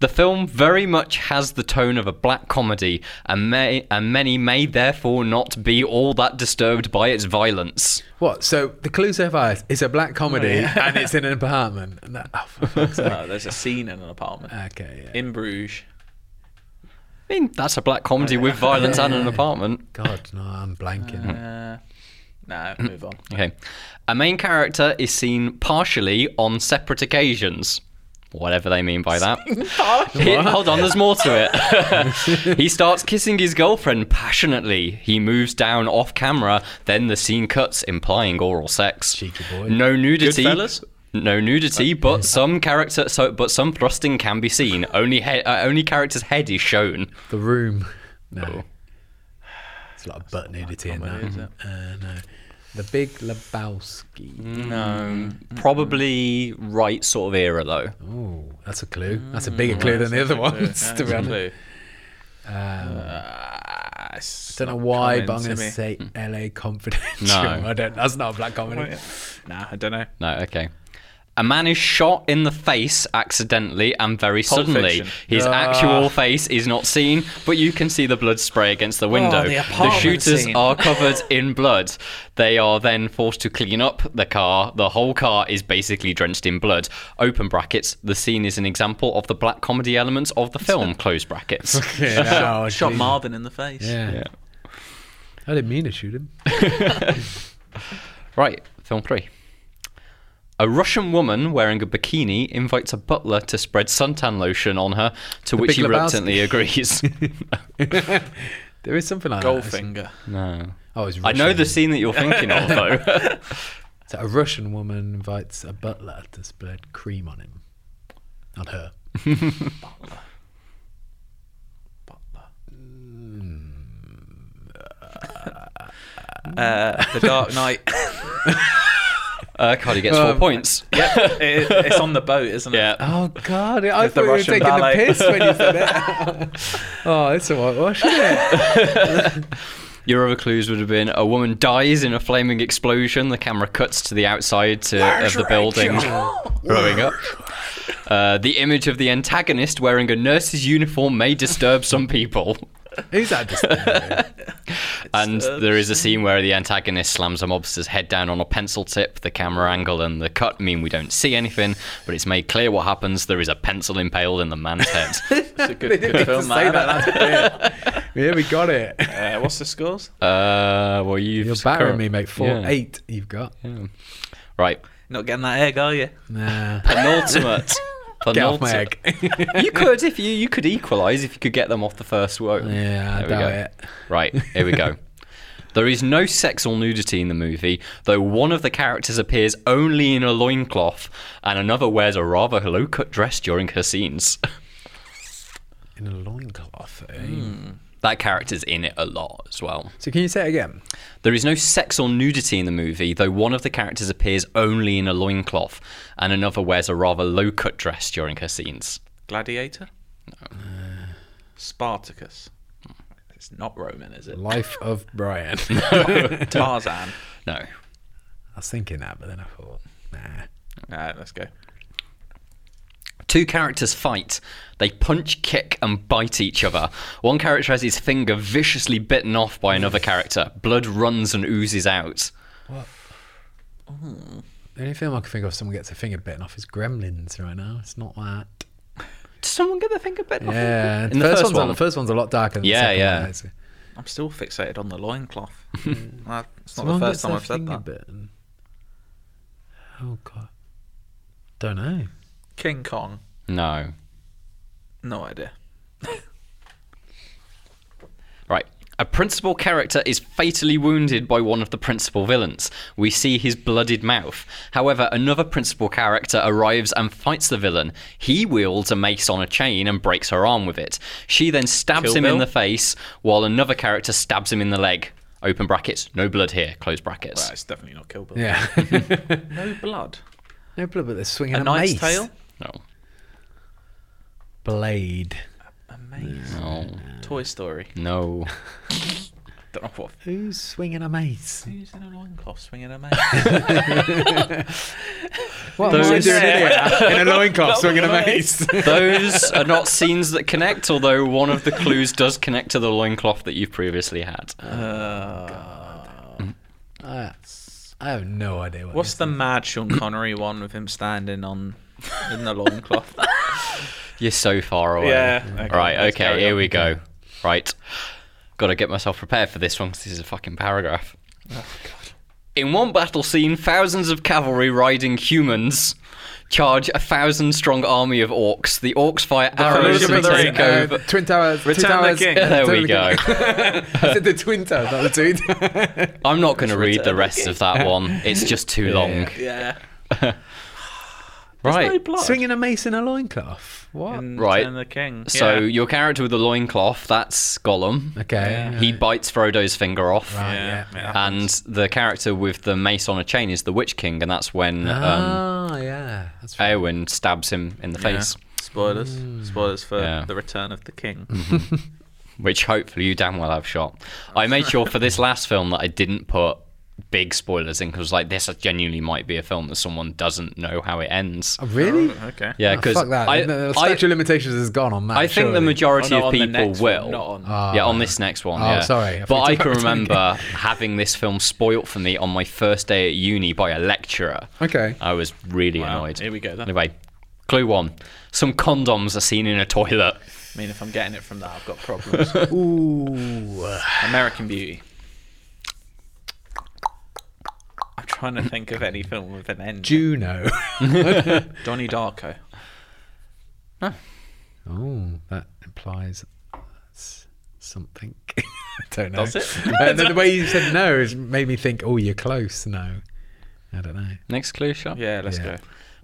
The film very much has the tone of a black comedy, and, may, and many may therefore not be all that disturbed by its violence.
what? So the clue so far is it's a black comedy and it's in an apartment. And that, oh, for fuck's sake.
No, there's a scene in an apartment
okay. Yeah.
in Bruges.
I mean, that's a black comedy with violence
(laughs)
and an apartment.
God, no, I'm blanking.
Uh, no,
Mm.
move on.
Okay. A main character is seen partially on separate occasions. Whatever they mean by that. Here- hold on, there's more to it. he starts kissing his girlfriend passionately. He moves down off camera, then the scene cuts, implying oral sex.
Cheeky boy. Uh,
No nudity.
Goodfellas?
No nudity, but some character, so but some thrusting can be seen. Only he, uh, only character's head is shown.
The room. No. It's a lot of butt nudity in that. Uh, no. The Big Lebowski.
Mm.
No,
Mm.
probably right sort of era though.
Oh, that's a clue. That's a
Mm,
bigger clue than the other ones. To be honest. Um,
Uh,
Don't know why, but I'm going to say
Mm.
LA Confidential.
No.
(laughs) I don't. That's not a black comedy.
Nah, I don't know.
No, okay. A man is shot in the face accidentally and very
Pulp
suddenly.
Fiction. Ah.
His actual face is not seen, but you can see the blood spray against the window.
Oh, the apartment
shooters
scene. (laughs)
are covered in blood. They are then forced to clean up the car. The whole car is basically drenched in blood. Open brackets. The scene is an example of the black comedy elements of the film.
(laughs)
Close brackets.
Yeah, no,
Shot
Jesus.
Marvin in the face.
Yeah. I didn't mean to shoot (laughs) him.
Right, film three. A Russian woman wearing a bikini invites a butler to spread suntan lotion on her, to which
Big
he
Lebowski.
reluctantly
(laughs)
agrees.
There is something like that. actually.
Goldfinger.
no.
Oh, it's
I know
Russian.
the scene that you're thinking of, though.
So a Russian woman invites a butler to spread cream on him. On her.
Uh, the Dark
(laughs)
Knight.
(laughs) Uh, Cardi gets
Um,
four points.
yeah, it, it's on the boat, isn't it?
Yeah.
Oh God! I
With the
thought you were
Russian
taking
ballet.
the piss when you said it. (laughs) oh, it's a whitewash, isn't it?
Your other clues would have been a woman dies in a flaming explosion. The camera cuts to the outside to, of the building, (laughs) blowing up. Uh, the image of the antagonist wearing a nurse's uniform may disturb some people.
Who's that? Just
And
uh,
there is a scene where the antagonist slams a mobster's head down on a pencil tip. The camera angle and the cut mean we don't see anything, but it's made clear what happens. There is a pencil impaled in the
(laughs)
man's head.
It's a good, good film.
say
man.
that. (laughs) That's brilliant. (laughs) yeah, we got it.
Uh, what's the scores?
uh, well, you've
You're battering me, mate. Four,
Yeah.
eight. You've got.
Right.
Not getting that egg, are you?
Nah.
Penultimate.
(laughs) Get off my
Penultimate.
egg.
(laughs) you could if you you could equalise if you could get them off the first row.
yeah, I
There
doubt
we go.
it.
Right, here
(laughs)
we go. There is no sex or nudity in the movie, though one of the characters appears only in a loincloth and another wears a rather low cut dress during her scenes. (laughs)
In a loincloth. Eh?
That character's in it a lot as well.
So can you say it again?
There is no sex or nudity in the movie, though one of the characters appears only in a loincloth and another wears a rather low cut dress during her scenes.
Gladiator? No. Spartacus. It's not Roman, is
(laughs)
it?
Life of Brian. (laughs)
Tarzan.
No.
I was thinking that, but then I thought, nah.
All right, let's go.
Two characters fight. They punch, kick, and bite each other. One character has his finger viciously bitten off by another character. Blood runs and oozes out.
The only film I can think of someone gets a finger bitten off is Gremlins right now. It's not
(laughs)
that.
Did someone get their finger bitten
Yeah,
In the first
one's
one.
A, first one's a lot darker. Than
Yeah,
the second
yeah.
One, it's
I'm still fixated on the loincloth. Well, it's not the first time I've said that.
Bitten. Oh god, don't know.
King Kong.
off? No.
No idea.
Right. A principal character is fatally wounded by one of the principal villains. We see his blooded mouth. However, another principal character arrives and fights the villain. He wields a mace on a chain and breaks her arm with it. She then stabs
Kill
him in
Bill?
the face, while another character stabs him in the leg. Open brackets, no blood here. Close brackets.
Well, it's definitely not Kill Bill.
Yeah,
No blood.
(laughs) no blood, but they're swinging
A,
a,
knight's
mace.
tale.
No.
Blade.
A maze.
No.
Toy Story.
No. (laughs)
Don't know what.
Who's swinging
(laughs)
a mace?
Who's in a loincloth swinging (laughs) a mace?
What am I
Those-
doing
(laughs)
here? In a loincloth, swinging a mace. (laughs)
Those are not scenes that connect, although one of the clues does connect to the loincloth that you've previously had.
Uh,
I, I have no idea. What
What's
this
the mad Sean Connery one with him standing on in the loincloth?
You're so far away.
Yeah, okay,
right,
let's
okay,
carry
here
on.
we go. Right. Got to get myself prepared for this one 'cause this is a fucking paragraph.
Oh,
In one battle scene, thousands of cavalry riding humans charge a thousand strong army of orcs. The orcs fire arrows
Fellowship
and
of the Ring.
take
Uh,
over.
Twin Towers. Two
Return the
towers, (laughs)
King.
uh,
There
Return the
we go.
King. (laughs) I said the Twin Towers, not the
(laughs)
Twin Towers.
I'm not going to read the rest of that one. It's just too long.
Yeah.
Right.
No blood.
Swinging a mace in a loincloth. What?
And
Right.
Return of the king.
So
yeah.
your character with the loincloth, that's Gollum.
Okay.
He bites Frodo's finger off.
Right,
Yeah,
yeah.
yeah.
And the character with the mace on a chain is the Witch King, and that's when um, uh,
Ah, yeah. That's right.
Eowyn stabs him in the face,
spoilers. Spoilers for
Yeah.
the return of the
(laughs)
king. (laughs)
which hopefully you damn well have shot.
Oh.
I made sure for
(laughs)
this last film that I didn't put big spoilers in because like this genuinely might be a film that someone doesn't know how it ends.
Oh, Really?
Okay.
Yeah,
Oh,
because
fuck that.
I,
the
I-
statute of limitations is gone on that.
I think the
surely.
majority
Oh, no,
of
on the
people
next
will.
one, not on-
yeah, on this next one.
Oh,
yeah.
sorry, I
But I
forgot
can
about that.
remember having this film spoilt for me on my first day at uni by a lecturer.
Okay.
(laughs) I was really
Wow,
annoyed.
here we go then.
Anyway, clue one: some condoms are seen in a toilet.
I mean, if I'm getting it from that, I've got
(laughs)
problems.
Ooh.
American Beauty. I'm trying to think of any film with an end.
Juno. (laughs)
Donnie Darko.
oh, that implies s- something. (laughs) I don't know.
Does it?
Uh,
(laughs)
the, the way you said no is made me think, oh, you're close. No. I don't know.
Next clue, shot.
Yeah, let's go.
Yeah.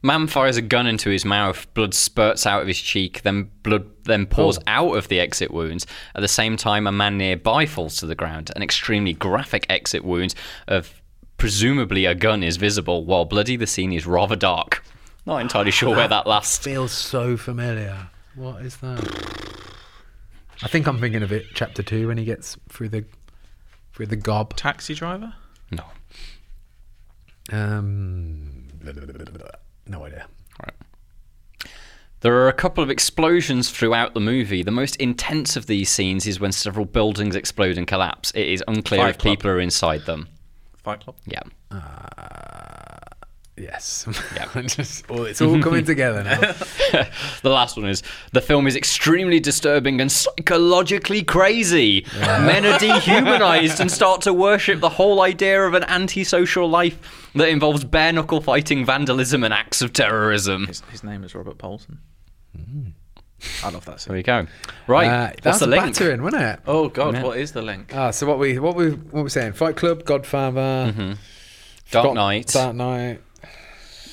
Man fires a gun into his mouth. Blood spurts out of his cheek. Then blood then pours out of the exit wounds. At the same time, a man nearby falls to the ground. An extremely graphic exit wound of presumably a gun is visible. While bloody, the scene is rather dark. Not entirely sure where
(sighs)
that lasts.
Feels so familiar. What is that? I think I'm thinking of it chapter two when he gets through the through the gob.
Taxi Driver.
No.
Um no idea.
There are a couple of explosions throughout the movie. The most intense of these scenes is when several buildings explode and collapse. It is unclear
Fight
if
Club.
people are inside them.
Fight Club.
Yeah.
Uh, Yes. Yeah. (laughs) Just, all it's all coming together now.
The last one is the film is extremely disturbing and psychologically crazy. Men are dehumanized and start to worship the whole idea of an antisocial life that involves bare knuckle fighting, vandalism, and acts of terrorism.
His, his name is Robert Paulson.
Mm.
I love that
There
scene.
we go. Right.
Uh,
What's
that's a
the link?
battering, wasn't it?
Oh God, what is the link?
Ah, so what we what we what we saying? Fight Club, Godfather,
Dark
God-
Knight,
Dark Knight.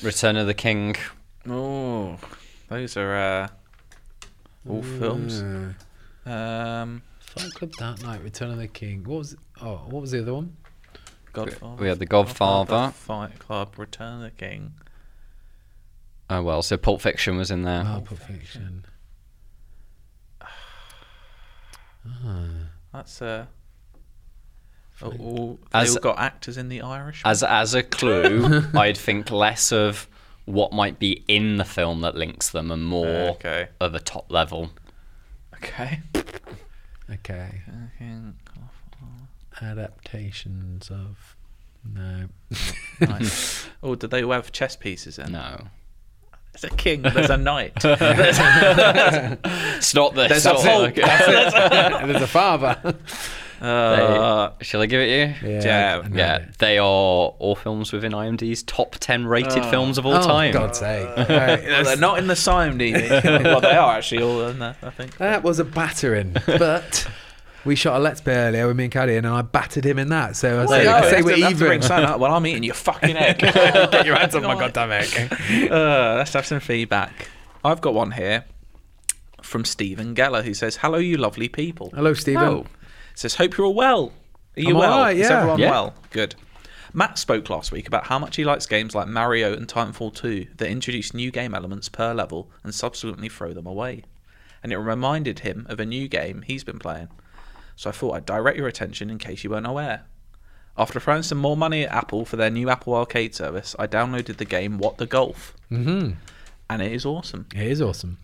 Return of the King.
Oh, those are uh, all films. Um,
Fight Club, Dark Knight, Return of the King. What was oh what was the other one?
Godfather.
We had The Godfather.
Fight Club, Return of the King.
Oh well, so Pulp Fiction was in there.
Oh, Pulp Fiction.
That's uh, oh, all,
As-
they all got actors in the Irish.
As as
(laughs)
a clue, I'd think less of what might be in the film that links them and more
Uh, Okay.
of a top level.
okay.
Okay.
Fucking
Adaptations of no.
nice. (laughs) oh, did they all have chess pieces in?
No.
There's a king. There's a knight.
(laughs)
Uh,
It's not this.
(laughs) There's a
Stop
Hulk.
(laughs) it.
(laughs)
Okay.
There's a father.
Uh,
Shall I give it you?
yeah.
I-
Yeah, they are all films within IMDb's top 10 rated films of all
Oh,
time.
God's sake.
Uh,
Alright,
Well, they're not in the
(laughs)
IMDb. well, they are actually all in there, I think.
That was a battering, but we shot a Let's Play earlier with me and Caddy, and I battered him in that. So I say,
Well,
I say
have
we're
to- have to bring
even. (laughs)
something up. Well, I'm eating your fucking
(laughs)
egg. Get your hands on my
goddamn
(laughs)
egg.
Uh, let's have some feedback. I've got one here from Stephen Geller who says, "Hello, you lovely people."
Hello, Stephen.
Oh. Says, "Hope you're all well. Are you
I'm all
well?
right,
Is
yeah.
everyone
Yeah.
well? Good." Matt spoke last week about how much he likes games like Mario and Titanfall 2 that introduce new game elements per level and subsequently throw them away. And it reminded him of a new game he's been playing. So I thought I'd direct your attention in case you weren't aware. After throwing some more money at Apple for their new Apple Arcade service, I downloaded the game What the Golf. Mm-hmm. And it is awesome.
It is awesome.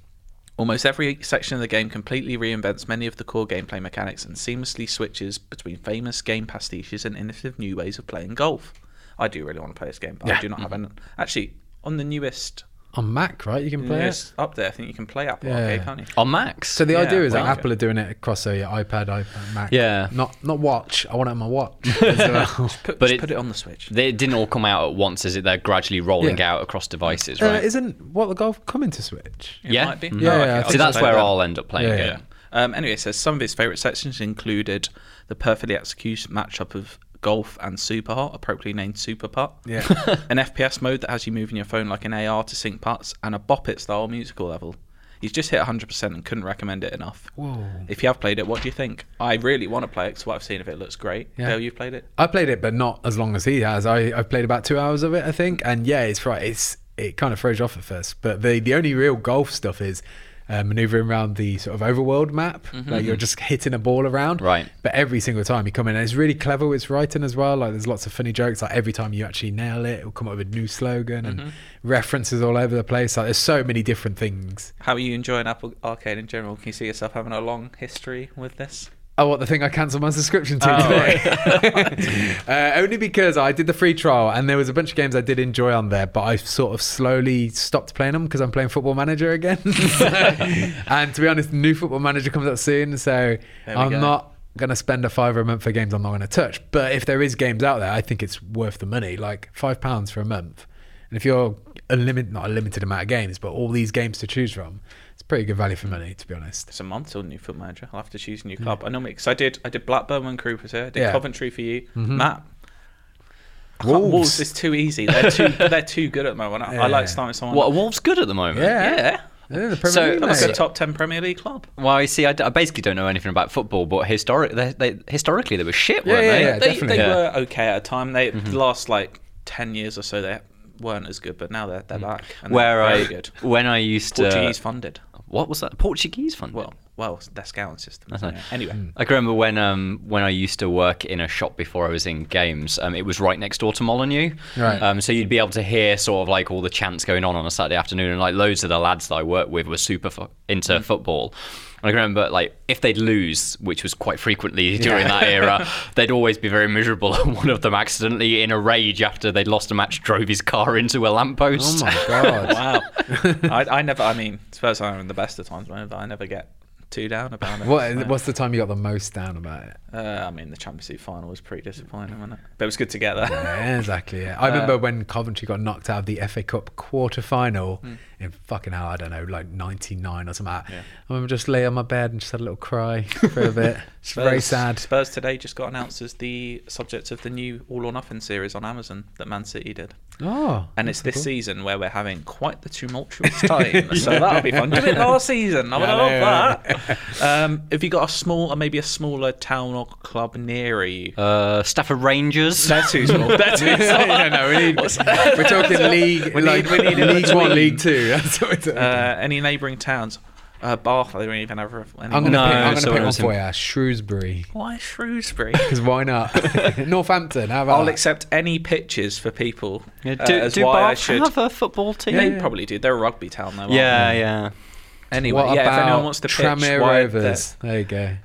Almost every section of the game completely reinvents many of the core gameplay mechanics and seamlessly switches between famous game pastiches and innovative new ways of playing golf. I do really want to play this game, but I do not have an. Actually, on the newest
on Mac, right? You can play
Yeah,
it.
it's up there. I think you can play Apple
Yeah.
Arcade, can't you?
On Macs.
So the
Yeah,
idea is that
wow.
Apple are doing it across so your iPad, iPad, Mac.
Yeah.
Not not watch. I want it on my
(laughs)
watch. as well.
Put,
But
just
it-
put it on the Switch.
they it didn't all come out at once, is it? They're gradually rolling
Yeah.
out across devices,
uh,
right?
isn't what the golf coming to Switch?
It
yeah.
might be.
Mm.
Yeah,
Oh, okay.
yeah, I
I'll
so
think
that's
play
where
that.
I'll end up playing
Yeah,
it.
yeah.
Um, anyway, it says some of his favourite sections included the perfectly executed matchup of golf and super hot, appropriately named super putt.
Yeah.
(laughs) an FPS mode that has you moving your phone like an AR to sync putts, and a bop it style musical level. He's just hit 100% and couldn't recommend it enough.
Whoa.
If you have played it, what do you think? I really want to play it because what I've seen of it looks great.
Yeah.
Dale, you've played it?
I played it, but not as long as he has. I, I played about two hours of it, I think. And yeah, it's right. It's it kind of throws you off at first. But the the only real golf stuff is uh, maneuvering around the sort of overworld map. Like you're just hitting a ball around.
Right.
But every single time you come in, and it's really clever. with It's writing as well. Like there's lots of funny jokes. Like every time you actually nail it, it'll come up with a new slogan and references all over the place. Like there's so many different things.
How are you enjoying Apple Arcade in general? Can you see yourself having a long history with this?
Oh, what the thing I cancelled my subscription to
Oh,
today? (laughs) uh, only because I did the free trial and there was a bunch of games I did enjoy on there, but I sort of slowly stopped playing them because I'm playing Football Manager again. (laughs) and to be honest, new Football Manager comes out soon, so
There we
I'm
go.
not going to spend a fiver a month for games I'm not going to touch. But if there is games out there, I think it's worth the money, like five pounds for a month. And if you're a limit, not a limited amount of games, but all these games to choose from, it's pretty good value for money, to be honest.
It's a month till new foot manager. I'll have to choose a new club. I normally because I did I did Blackburn when Croup was here. I did
Yeah. Mm-hmm.
Coventry for you, Matt. I can't-
Wolves.
Wolves. is too easy. They're
(laughs)
too they're too good at the moment. I, I
Yeah.
like starting someone.
What, are Wolves good at the moment?
yeah,
Yeah, the Premier
So-
League,
they're like
mate.
a top ten Premier League club.
Well, you see, I, d- I basically don't know anything about football, but historic, they, they, historically they were shit,
Yeah,
weren't
yeah,
they?
yeah.
they
definitely. Mm-hmm.
they were okay at a time. They the last like ten years or so they weren't as good, but now they're
Mm.
they're back. And
Where
they're
I, uh,
very good.
when I used to,
Portuguese funded.
what was that? Portuguese fund.
Well, well, their scouting system.
That's
you
nice.
know. Anyway,
Mm.
I can remember when um, when I used to work in a shop before I was in games. Um, it was right next door to Molyneux,
Right.
Um, so you'd be able to hear sort of like all the chants going on on a Saturday afternoon, and like loads of the lads that I worked with were super fo- into
Mm.
football. And I can remember like if they'd lose, which was quite frequently (laughs) during
(laughs)
that era, they'd always be very miserable. And one of them accidentally, in a rage after they'd lost a match, drove his car into
(laughs)
a
Oh
(laughs)
lamppost.
my god! (laughs)
wow. I, I never. I mean, Spurs are in the best of times, but I never get too down about it. so.
What, what's the time you got the most down about it?
Uh, I mean, the Champions League final was pretty disappointing, wasn't it? But it was good to get (laughs) there.
Yeah, exactly. Yeah. I remember when Coventry got knocked out of the FA Cup quarter final in fucking hell, I don't know, like '99 or something. I remember just lay on my bed and just had a little cry for a bit. It's very sad.
Spurs today just got announced as the subject of the new All or Nothing series on Amazon that Man City did.
Oh,
And it's this season where we're having quite the tumultuous (laughs) time, so that'll be fun. Give it last season. I would love that. Um, have you got a small, or maybe a smaller town or club nearer you?
(laughs) Uh, Stafford Rangers.
They're too small. They're too small.
(laughs) yeah, no, we need, we're
(laughs)
talking league,
We need-
like,
we need in
league one,
between.
league two. (laughs) That's what we're talking.
Uh, any neighbouring towns? Uh, Bath. I don't even have. Anyone.
I'm gonna
No,
pick, I'm gonna
so
pick
it
one
was
for
him.
you. uh, Shrewsbury,
Why Shrewsbury?
because why not?
(laughs)
(laughs) Northampton. How about
I'll
that?
accept any pitches for people
Yeah,
uh,
do
as
do
why I
Bath
should.
have a football team?
They probably do. They're a rugby town, though. aren't
yeah,
they?
yeah.
Anyway,
What
yeah.
about
if anyone wants to pitch,
Tranmere
why
Rovers? There you go.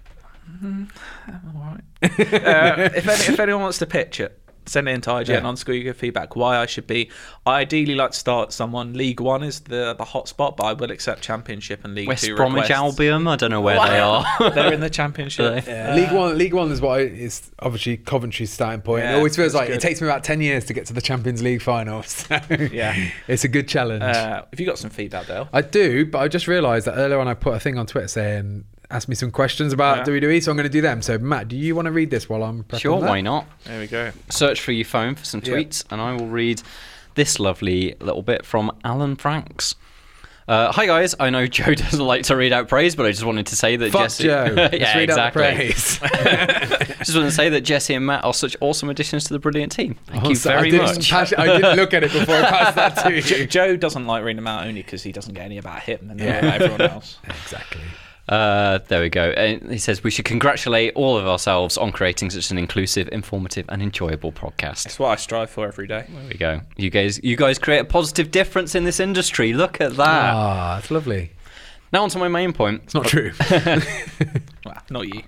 they're-
(laughs)
uh, if, any, if anyone wants to pitch it, send it into IGN
Yeah.
on School Good Feedback. Why I should be. I ideally like to start someone. League One is the the hot spot, but I will accept Championship and League
West
Two.
Bromwich
requests.
Albion. I don't know where they
Wow.
(laughs) are.
(laughs) They're in the Championship.
They-
League One, League One is what I, is obviously Coventry's starting point. it
Yeah,
always feels
that's
like it
good.
takes me about ten years to get to the Champions League finals. (laughs) So
Yeah.
it's a good challenge.
Uh, have you got some feedback, Dale?
I do, but I just realised that earlier on I put a thing on Twitter saying ask me some questions about
Yeah.
WWE, so I'm going to do them. So Matt, do you want to read this while I'm prepping
(laughs) sure,
that?
why not?
There we go.
Search for your phone for some
Yeah.
tweets, and I will read this lovely little bit from Alan Franks. Uh, hi guys, I know (laughs) Joe doesn't like to read out praise, but I just wanted to say that
Fuck
Jesse. (laughs)
Joe. Let's
yeah,
read out the
exactly.
praise. (laughs)
(laughs) just want to say that Jesse and Matt are such awesome additions to the brilliant team. Thank you
Also, Oh, I
very
didn't
much.
pass- I didn't look at it before I passed that
(laughs)
to you.
Joe doesn't like reading them out only because he doesn't get any about him and not about everyone
(laughs)
else.
exactly.
Uh, there we go. And he says we should congratulate all of ourselves on creating such an inclusive, informative, and enjoyable podcast.
It's what I strive for every day.
There we go. You guys, you guys create a positive difference in this industry. Look at that.
Ah, that's lovely.
(laughs) Now onto my main point.
It's not true.
Well, not
(laughs)
you.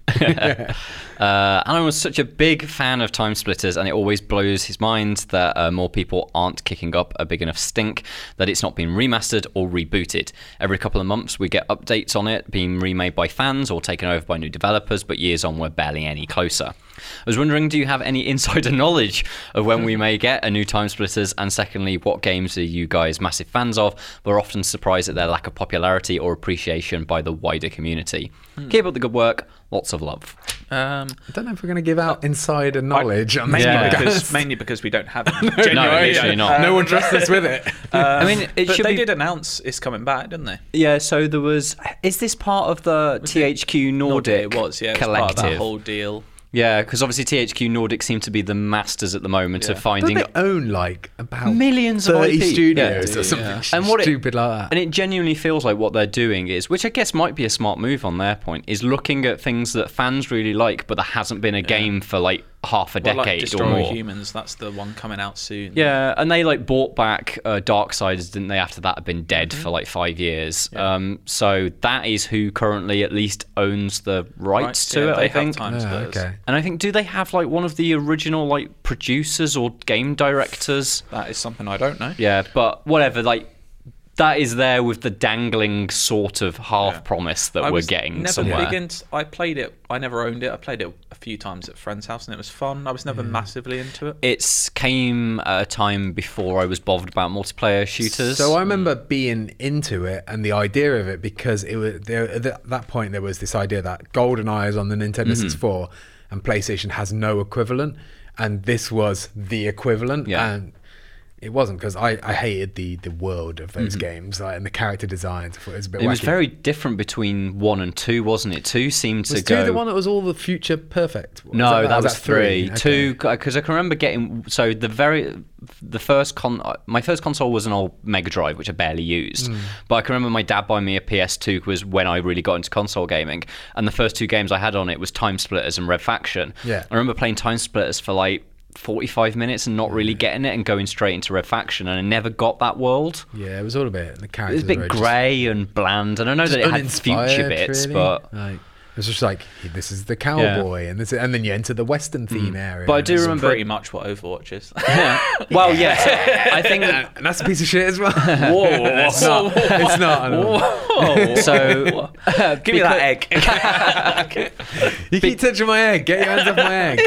Uh, Alan was such a big fan of time splitters, and it always blows his mind that uh, more people aren't kicking up a big enough stink that it's not been remastered or rebooted. Every couple of months, we get updates on it being remade by fans or taken over by new developers, but years on, we're barely any closer. I was wondering, do you have any (laughs) insider knowledge of when we may get a new Time Splitters? And secondly, what games are you guys massive fans of, but are often surprised at their lack of popularity or appreciation by the wider community? Keep up the good work. Lots of love.
Um,
I don't know if we're going to give out insider knowledge on
mainly
this
Yeah. (laughs)
because
(laughs) podcast. Oh,
mainly because we don't have it.
No, literally not.
no one trusts us
(laughs)
with
(laughs)
it.
I mean,
um,
it
but
should
they
be.
did announce it's coming back, didn't they?
Yeah, so there was. Is this part of the THQ Nordic?
it was, yeah. It was part of
collective.
that whole deal.
Yeah, because obviously THQ Nordic seem to be the masters at the moment of
Don't
finding.
they own like about
Millions of
30
IP?
studios
Yeah.
or something
Yeah.
And what it-
stupid like that?
And it genuinely feels like what they're doing is, which I guess might be a smart move on their point, is looking at things that fans really like, but there hasn't been a game for like half a
Well, like
decade
Destroy
or more.
Humans, that's the one coming out soon.
Yeah, and they like bought back uh, Darksiders, didn't they? After that had been dead
Mm-hmm.
for like five years. Um, so that is who currently at least owns the rights,
Rights,
to
yeah,
it.
they
I
have
think.
time.
Ah,
Spurs.
okay.
And I think do they have like one of the original like producers or game directors?
That is something I don't know.
Yeah, but whatever. Like that is there with the dangling sort of half promise that
I
we're
was
getting
never
somewhere.
Big into, I played it. I never owned it. I played it a few times at friends' house, and it was fun. I was
Mm.
never massively into it.
It's came at a time before I was bothered about multiplayer shooters.
So I remember being into it and the idea of it because it was there, at that- that point there was this idea that GoldenEye is on the Nintendo
Mm-hmm.
64 and PlayStation has no equivalent, and this was the equivalent.
Yeah.
And it wasn't because I, I hated the the world of those games like, and the character designs. I thought it was a bit.
Mm-hmm. it was
wacky.
very different between one and two, wasn't it? Two seemed to
Was
go.
two the one that was all the future perfect? Was
No, that,
or
was, three.
Okay.
Two, because I can remember getting. So the very, the first con, uh, my first console was an old Mega Drive, which I barely used. But I can remember my dad buying me a PS2 was when I really got into console gaming, and the first two games I had on it was Time Splitters and Red Faction.
Yeah.
I remember playing Time Splitters for like. 45 minutes and not really getting it and going straight into Red Faction and I never got that world.
Yeah, it was all a bit. The
It was
characters
a
were
bit
just
grey and bland and I know that it had
uninspired,
future bits
really. (laughs)
but (laughs)
like, it was just like this is the cowboy, and this, is, and then you enter the western theme area.
Mm. But I
and
do
it's-
remember-
Pretty much what Overwatch
(laughs)
is.
well yeah I think
"Ah, and that's a piece of shit as
(laughs)
well.
(laughs)
whoa,
it's not.
(laughs)
(laughs) It's not. I don't know.
whoa.
so
Give me that egg. (laughs)
You keep touching my egg. Get your hands off my egg.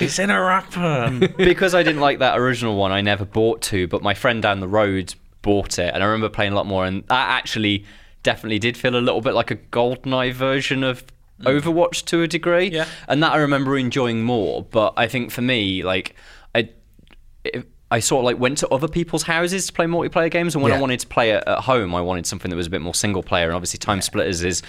it's in a wrapper.
because I didn't like that original one, I never bought two, but my friend down the road bought it, and I remember playing a lot more, and that actually definitely did feel a little bit like a GoldenEye version of
Mm.
Overwatch to a degree.
Yeah.
And that I remember enjoying more, but I think for me, like, I. It, I sort of like went to other people's houses to play multiplayer games, and when I
Yeah.
wanted to play it at home, I wanted something that was a bit more single player. And obviously, Time Splitters is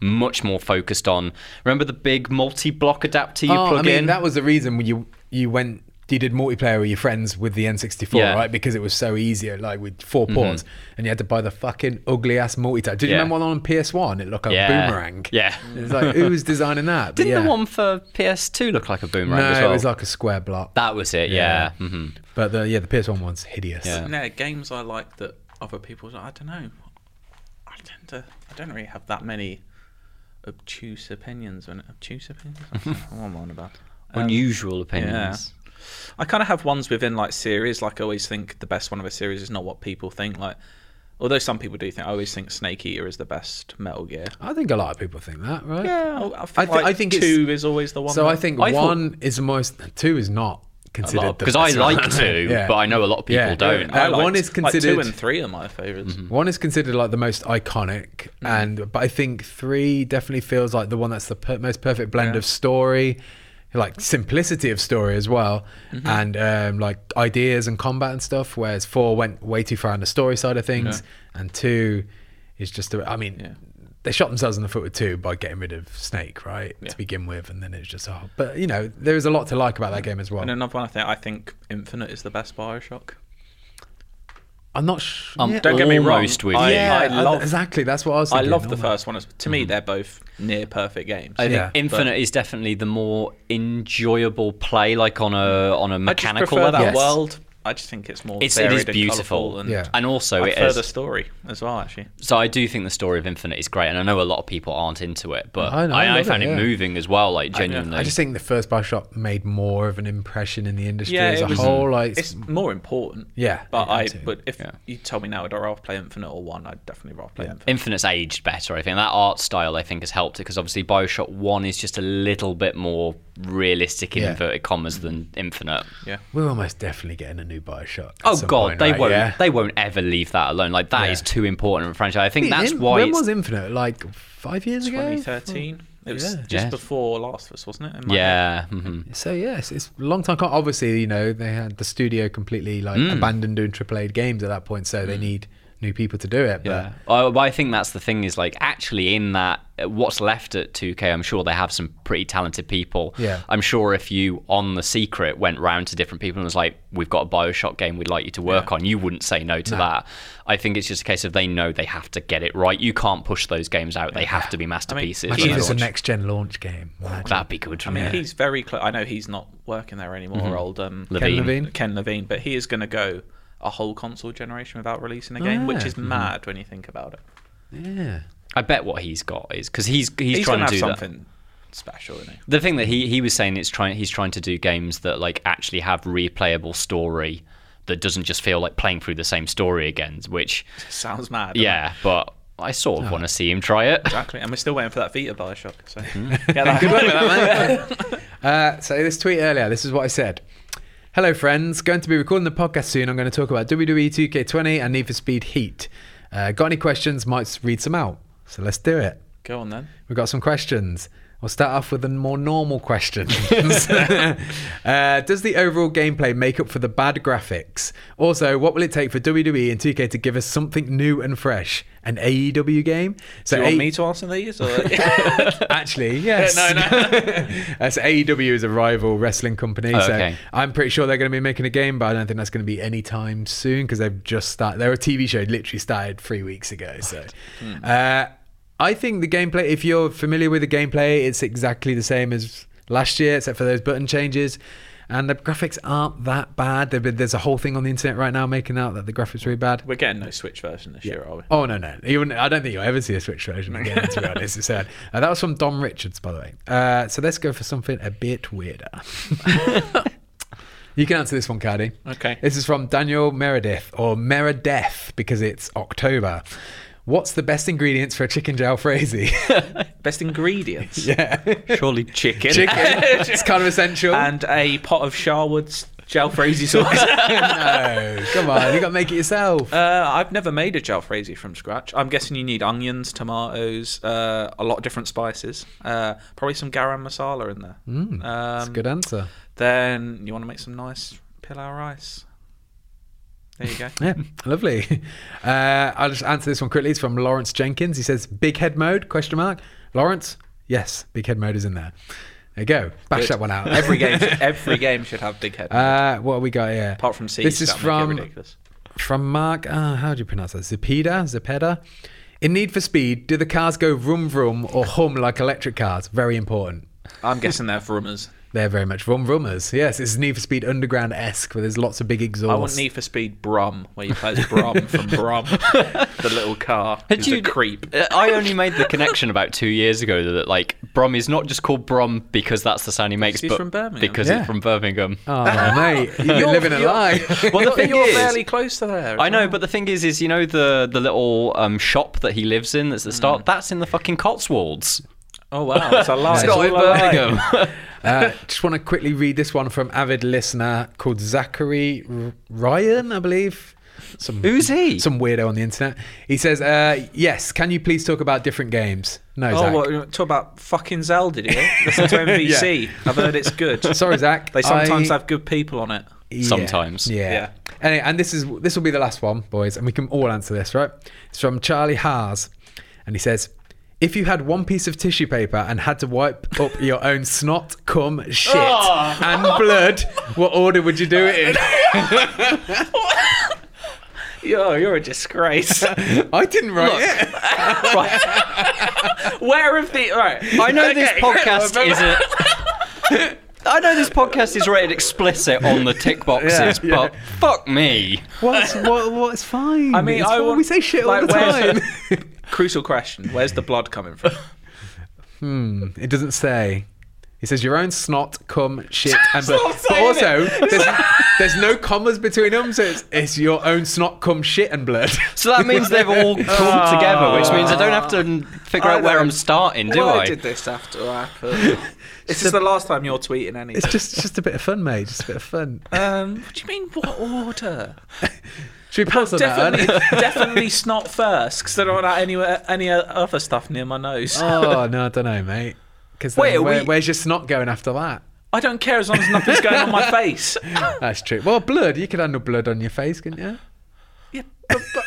much more focused on. Remember the big multi-block adapter (laughs)
(laughs)
you
Oh,
plug
I mean,
in?
that was the reason when you you went you did multiplayer with your friends with the N64,
Yeah. Mm-hmm.
right? Because it was so easier, like with four ports, and you had to buy the fucking ugly ass multi Did you
Yeah.
remember one on PS1? It looked like
Yeah.
a boomerang.
Yeah.
it's like who's designing that? But
Didn't
yeah.
the one for PS2 look like a
No,
boomerang as well?
it was like a square block.
that was it. Yeah. hmm
but the yeah, Um, the PS1 one's hideous.
Yeah.
no, games I like that other people. I don't know. I tend to. I don't really have that many obtuse opinions. When obtuse opinions. I don't know what I'm on about. Um,
Unusual opinions.
I kind of have ones within like series. Like I always think the best one of a series is not what people think. Like, although some people do think, I always think Snake Eater is the best Metal Gear.
I think a lot of people think that, right?
Yeah, I,
I
think
thi- I think it's-
two is always the one.
So I
that-
think
I thought-
one is the most. Two is not considered the
Because I
best one.
like to,
(laughs) Yeah.
but I know a lot of people
Yeah.
don't.
Yeah.
I
uh,
liked-
one is
like,
considered- Mm-hmm.
two and three are my favorites
One is considered like the most iconic,
Mm.
and but I think three definitely feels like the one that's the per- most perfect blend of story, like simplicity of story as well,
Mm-hmm.
and um, like ideas and combat and stuff. Whereas four went way too far on the story side of things, and two is just. A, I mean. They shot themselves in the foot with two by getting rid of Snake, right, to begin with, and then it's just oh, but you know there is a lot to like about that game as well.
And another one I think I think Infinite is the best Bioshock.
I'm not sh-
Um,
yeah,
Don't get me wrong.
Almost with
I,
you.
yeah,
I
I-
love
exactly that's what I was.
I
Thinking.
love the
Oh,
first one. It's- To
Mm-hmm.
me, they're both near perfect games.
I think
Yeah.
Infinite is definitely the more enjoyable play, like on a on a
I just
mechanical
prefer that
level.
Yes.
world. I just think it's more.
It's- it
varied
is
and
beautiful.
colourful and
Yeah.
And also,
a
it
further
is.
story as well. Actually,
So I do think the story of Infinite is great, and I know a lot of people aren't into it, but
I
I,
know, I
I,
love it,
found it,
yeah.
moving as well, like genuinely.
I just think the first Bioshock made more of an impression in the industry as a
it was-
whole. Like,
it's more important.
Yeah,
but
it
I
had to.
would if
Yeah.
you told me now would I rather play Infinite or One, I'd definitely rather play Infinite.
Infinite's aged better, I think. That art style, I think, has helped it because obviously Bioshock 1 is just a little bit more realistic in
Yeah.
inverted commas than Infinite.
Yeah,
we're almost definitely getting a new Bioshock. at
Oh
some
god,
point,
they
right?
won't.
Yeah.
They won't ever leave that alone. Like that is
Yeah.
too important for a franchise. I think
Wait,
that's
in-
why.
When
it's-
was Infinite? Like five years ago.
2013. It was
Yeah.
just
Yeah.
before Last of Us, wasn't it? in my head?
yeah, mhm.
So yes, it's a long time. Con- Obviously, you know they had the studio completely like
Mm.
abandoned doing AAA games at that point, so they need new people to do it. But
yeah. Oh, but I think that's the thing is like actually in that uh, what's left at 2K, I'm sure they have some pretty talented people.
Yeah.
I'm sure if you on the secret went round to different people and was like, "We've got a Bioshock game we'd like you to work on," you wouldn't say no to that. I think it's just a case of they know they have to get it right. You can't push those games out. They have to be masterpieces.
imagine if it's a
Otherwise-
next gen launch game. Imagine.
That'd be good.
I mean, he's very close. I know he's not working there anymore. Old um,
Mm-hmm.
Levine.
Ken Levine.
Ken Levine, but he is going to go a whole console generation without releasing a game, which
Oh, yeah. Mm-hmm.
is mad when you think about it.
Yeah.
I bet what he's got is because he's he's,
He's,
trying
going
to
to have
do that.
something special, isn't he? (laughs)
The thing that he, he was saying it's trying he's trying to do games that like actually have replayable story that doesn't just feel like playing through the same story again, which
Sounds mad. doesn't it?
yeah, but I sort of want to see him try it.
Exactly, and we're still waiting for that Vita Bioshock. So
Mm-hmm.
(laughs) yeah, that, good luck with that,
(laughs)
man.
Uh, so this tweet earlier, this is what I said. Hello, friends. Going to be recording the podcast soon. I'm going to talk about E WWE 2K20 and Need for Speed Heat. Uh, got any questions? Might s- read some out. So let's do it.
Go on then.
We've got some questions. We'll start off with the more normal
(laughs)
questions. (laughs) uh, does the overall gameplay make up for the bad graphics? Also, what will it take for WWE and 2K to give us something new and fresh? An AEW game? So
Do you want
A-
me to answer these? Or...
(laughs)
(laughs)
Actually, yes.
No,
(laughs) That's AEW is a rival wrestling company,
Oh,
so
okay.
I'm pretty sure they're going to be making a game, but I don't think that's going to be anytime soon because they've just started. They're a TV show literally started three weeks ago, so.
Hmm.
Uh, I think the gameplay, if you're familiar with the gameplay, it's exactly the same as last year, except for those button changes. And the graphics aren't that bad. There've been- There's a whole thing on the internet right now making out that the graphics are really bad.
we're getting no Switch version this year, are we?
Oh no, no! Even I don't think you'll ever see a Switch
(laughs)
version again. to be honest, it's sad. Uh, that was from Dom Richards, by the way. Uh, so let's go for something a bit
(laughs)
weirder. you can answer this one, Cardi.
Okay.
This is from Daniel Meredith or Meredith because it's October. What's the best ingredients for a chicken (laughs) jalfrezi?
Best ingredients.
yeah,
Surely chicken. (laughs)
chicken. it's kind of essential.
and a pot of Sharwood's Jalfrezi sauce.
(laughs) no, come on, you got to make it yourself.
uh, I've never made a Jalfrezi from scratch. I'm guessing you need onions, tomatoes, uh, a lot of different spices, uh, probably some garam masala in there. Mm,
That's a good answer.
Then you want to make some nice pilau rice. There you go.
Yeah, lovely. (laughs) Uh, I'll just answer this one quickly. It's from Lawrence Jenkins. He says, "Big head mode?" Question mark. Lawrence, yes, big head mode is in there. There you go. Bash that one out.
Every game, every game should have big head.
(laughs) Uh, what have we got here?
Apart from seeds,
this is
that make it
from
ridiculous.
from Mark. Uh, how do you pronounce that? Zepeda. Zepeda. In Need for Speed, do the cars go vroom vroom or hum like electric cars? Very important.
I'm guessing they're for rumours.
They're very much vroom vroomers. Yes, it's Need for Speed Underground esque, where there's lots of big exhausts.
I want Need for Speed Brum, where you play as Brum from Brum, the little car. Who's a creep.
Uh, I only made the connection about two years ago that like Brom is not just called Brom because that's the sound he makes,
he's
but
from Birmingham.
because
Yeah.
it's from Birmingham.
Oh, mate,
(laughs)
you've been living a lie.
Well, the thing
You're
is,
fairly close to there.
I know, but the thing is, is you know the the little um, shop that he lives in that's the start. That's in the fucking Cotswolds.
Oh wow, it's a lie.
It's
It's
not in
all a lie.
Birmingham.
(laughs) Uh, just want to quickly read this one from avid listener called Zachary R- Ryan, I believe. Some
Who's he?
Some weirdo on the internet. He says, uh, "Yes, can you please talk about different games?" No,
Oh,
Zach.
what, you talk about fucking Zelda, did you? Listen to MVC. I've heard it's good.
Sorry, Zach.
They sometimes
I-
have good people on it.
Yeah.
Sometimes.
Yeah.
Yeah.
Anyway, and this is this will be the last one, boys, and we can all answer this, right? It's from Charlie Haas, and he says, "If you had one piece of tissue paper and had to wipe up your own snot, cum, shit, and blood, what order would you do it in?"
Yo, you're a disgrace. (laughs)
I didn't write it. (laughs)
Where have the right?
I know this
Okay.
(laughs) podcast is a. I know this podcast is rated explicit on the tick boxes,
Yeah, yeah.
but fuck me.
What's what, what's fine?
I mean,
It's
I
fine.
want-
we say shit all
like,
the time.
where's-
(laughs)
Crucial question: Where's the blood coming from?
it doesn't say. It says your own snot, cum, (laughs) shit, and blood.
Stop
But
saying
also, there's, there's no commas between them, so it's, it's your own snot, cum, shit, and blood. (laughs)
So that means they've all (laughs) come together, which means I don't have to figure
I
out where
know.
I'm starting, do
Why
I?
did this have to happen? this is the last time you're tweeting anything.
It's just it's just a bit of fun, mate. Just a bit of fun.
um, what do you mean? What order?
Should we pass on
Definitely,
(laughs) that?
definitely snot first, because I don't want anywhere any other stuff near my nose.
oh no, I don't know, mate. Because
Wait, are
where,
we-
where's your snot going after that?
I don't care as long as nothing's going on my face.
That's true. Well, blood. You could handle blood on your face, couldn't you?
yeah, but, but,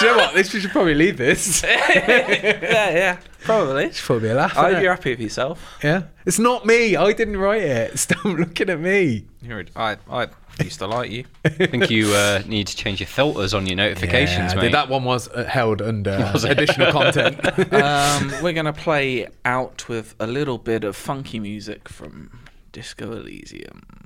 Do you know what? This we should probably leave this. (laughs) It's
yeah, yeah, probably.
probably a laugh.
I
innit?
hope you're happy with yourself.
Yeah. It's not me. I didn't write it. (laughs) Stop looking at me.
You're, a- I, I used to like you.
I think you uh, need to change your filters on your notifications,
Yeah,
mate.
That one was uh, held under additional content.
Um, we're gonna play out with a little bit of funky music from Disco Elysium.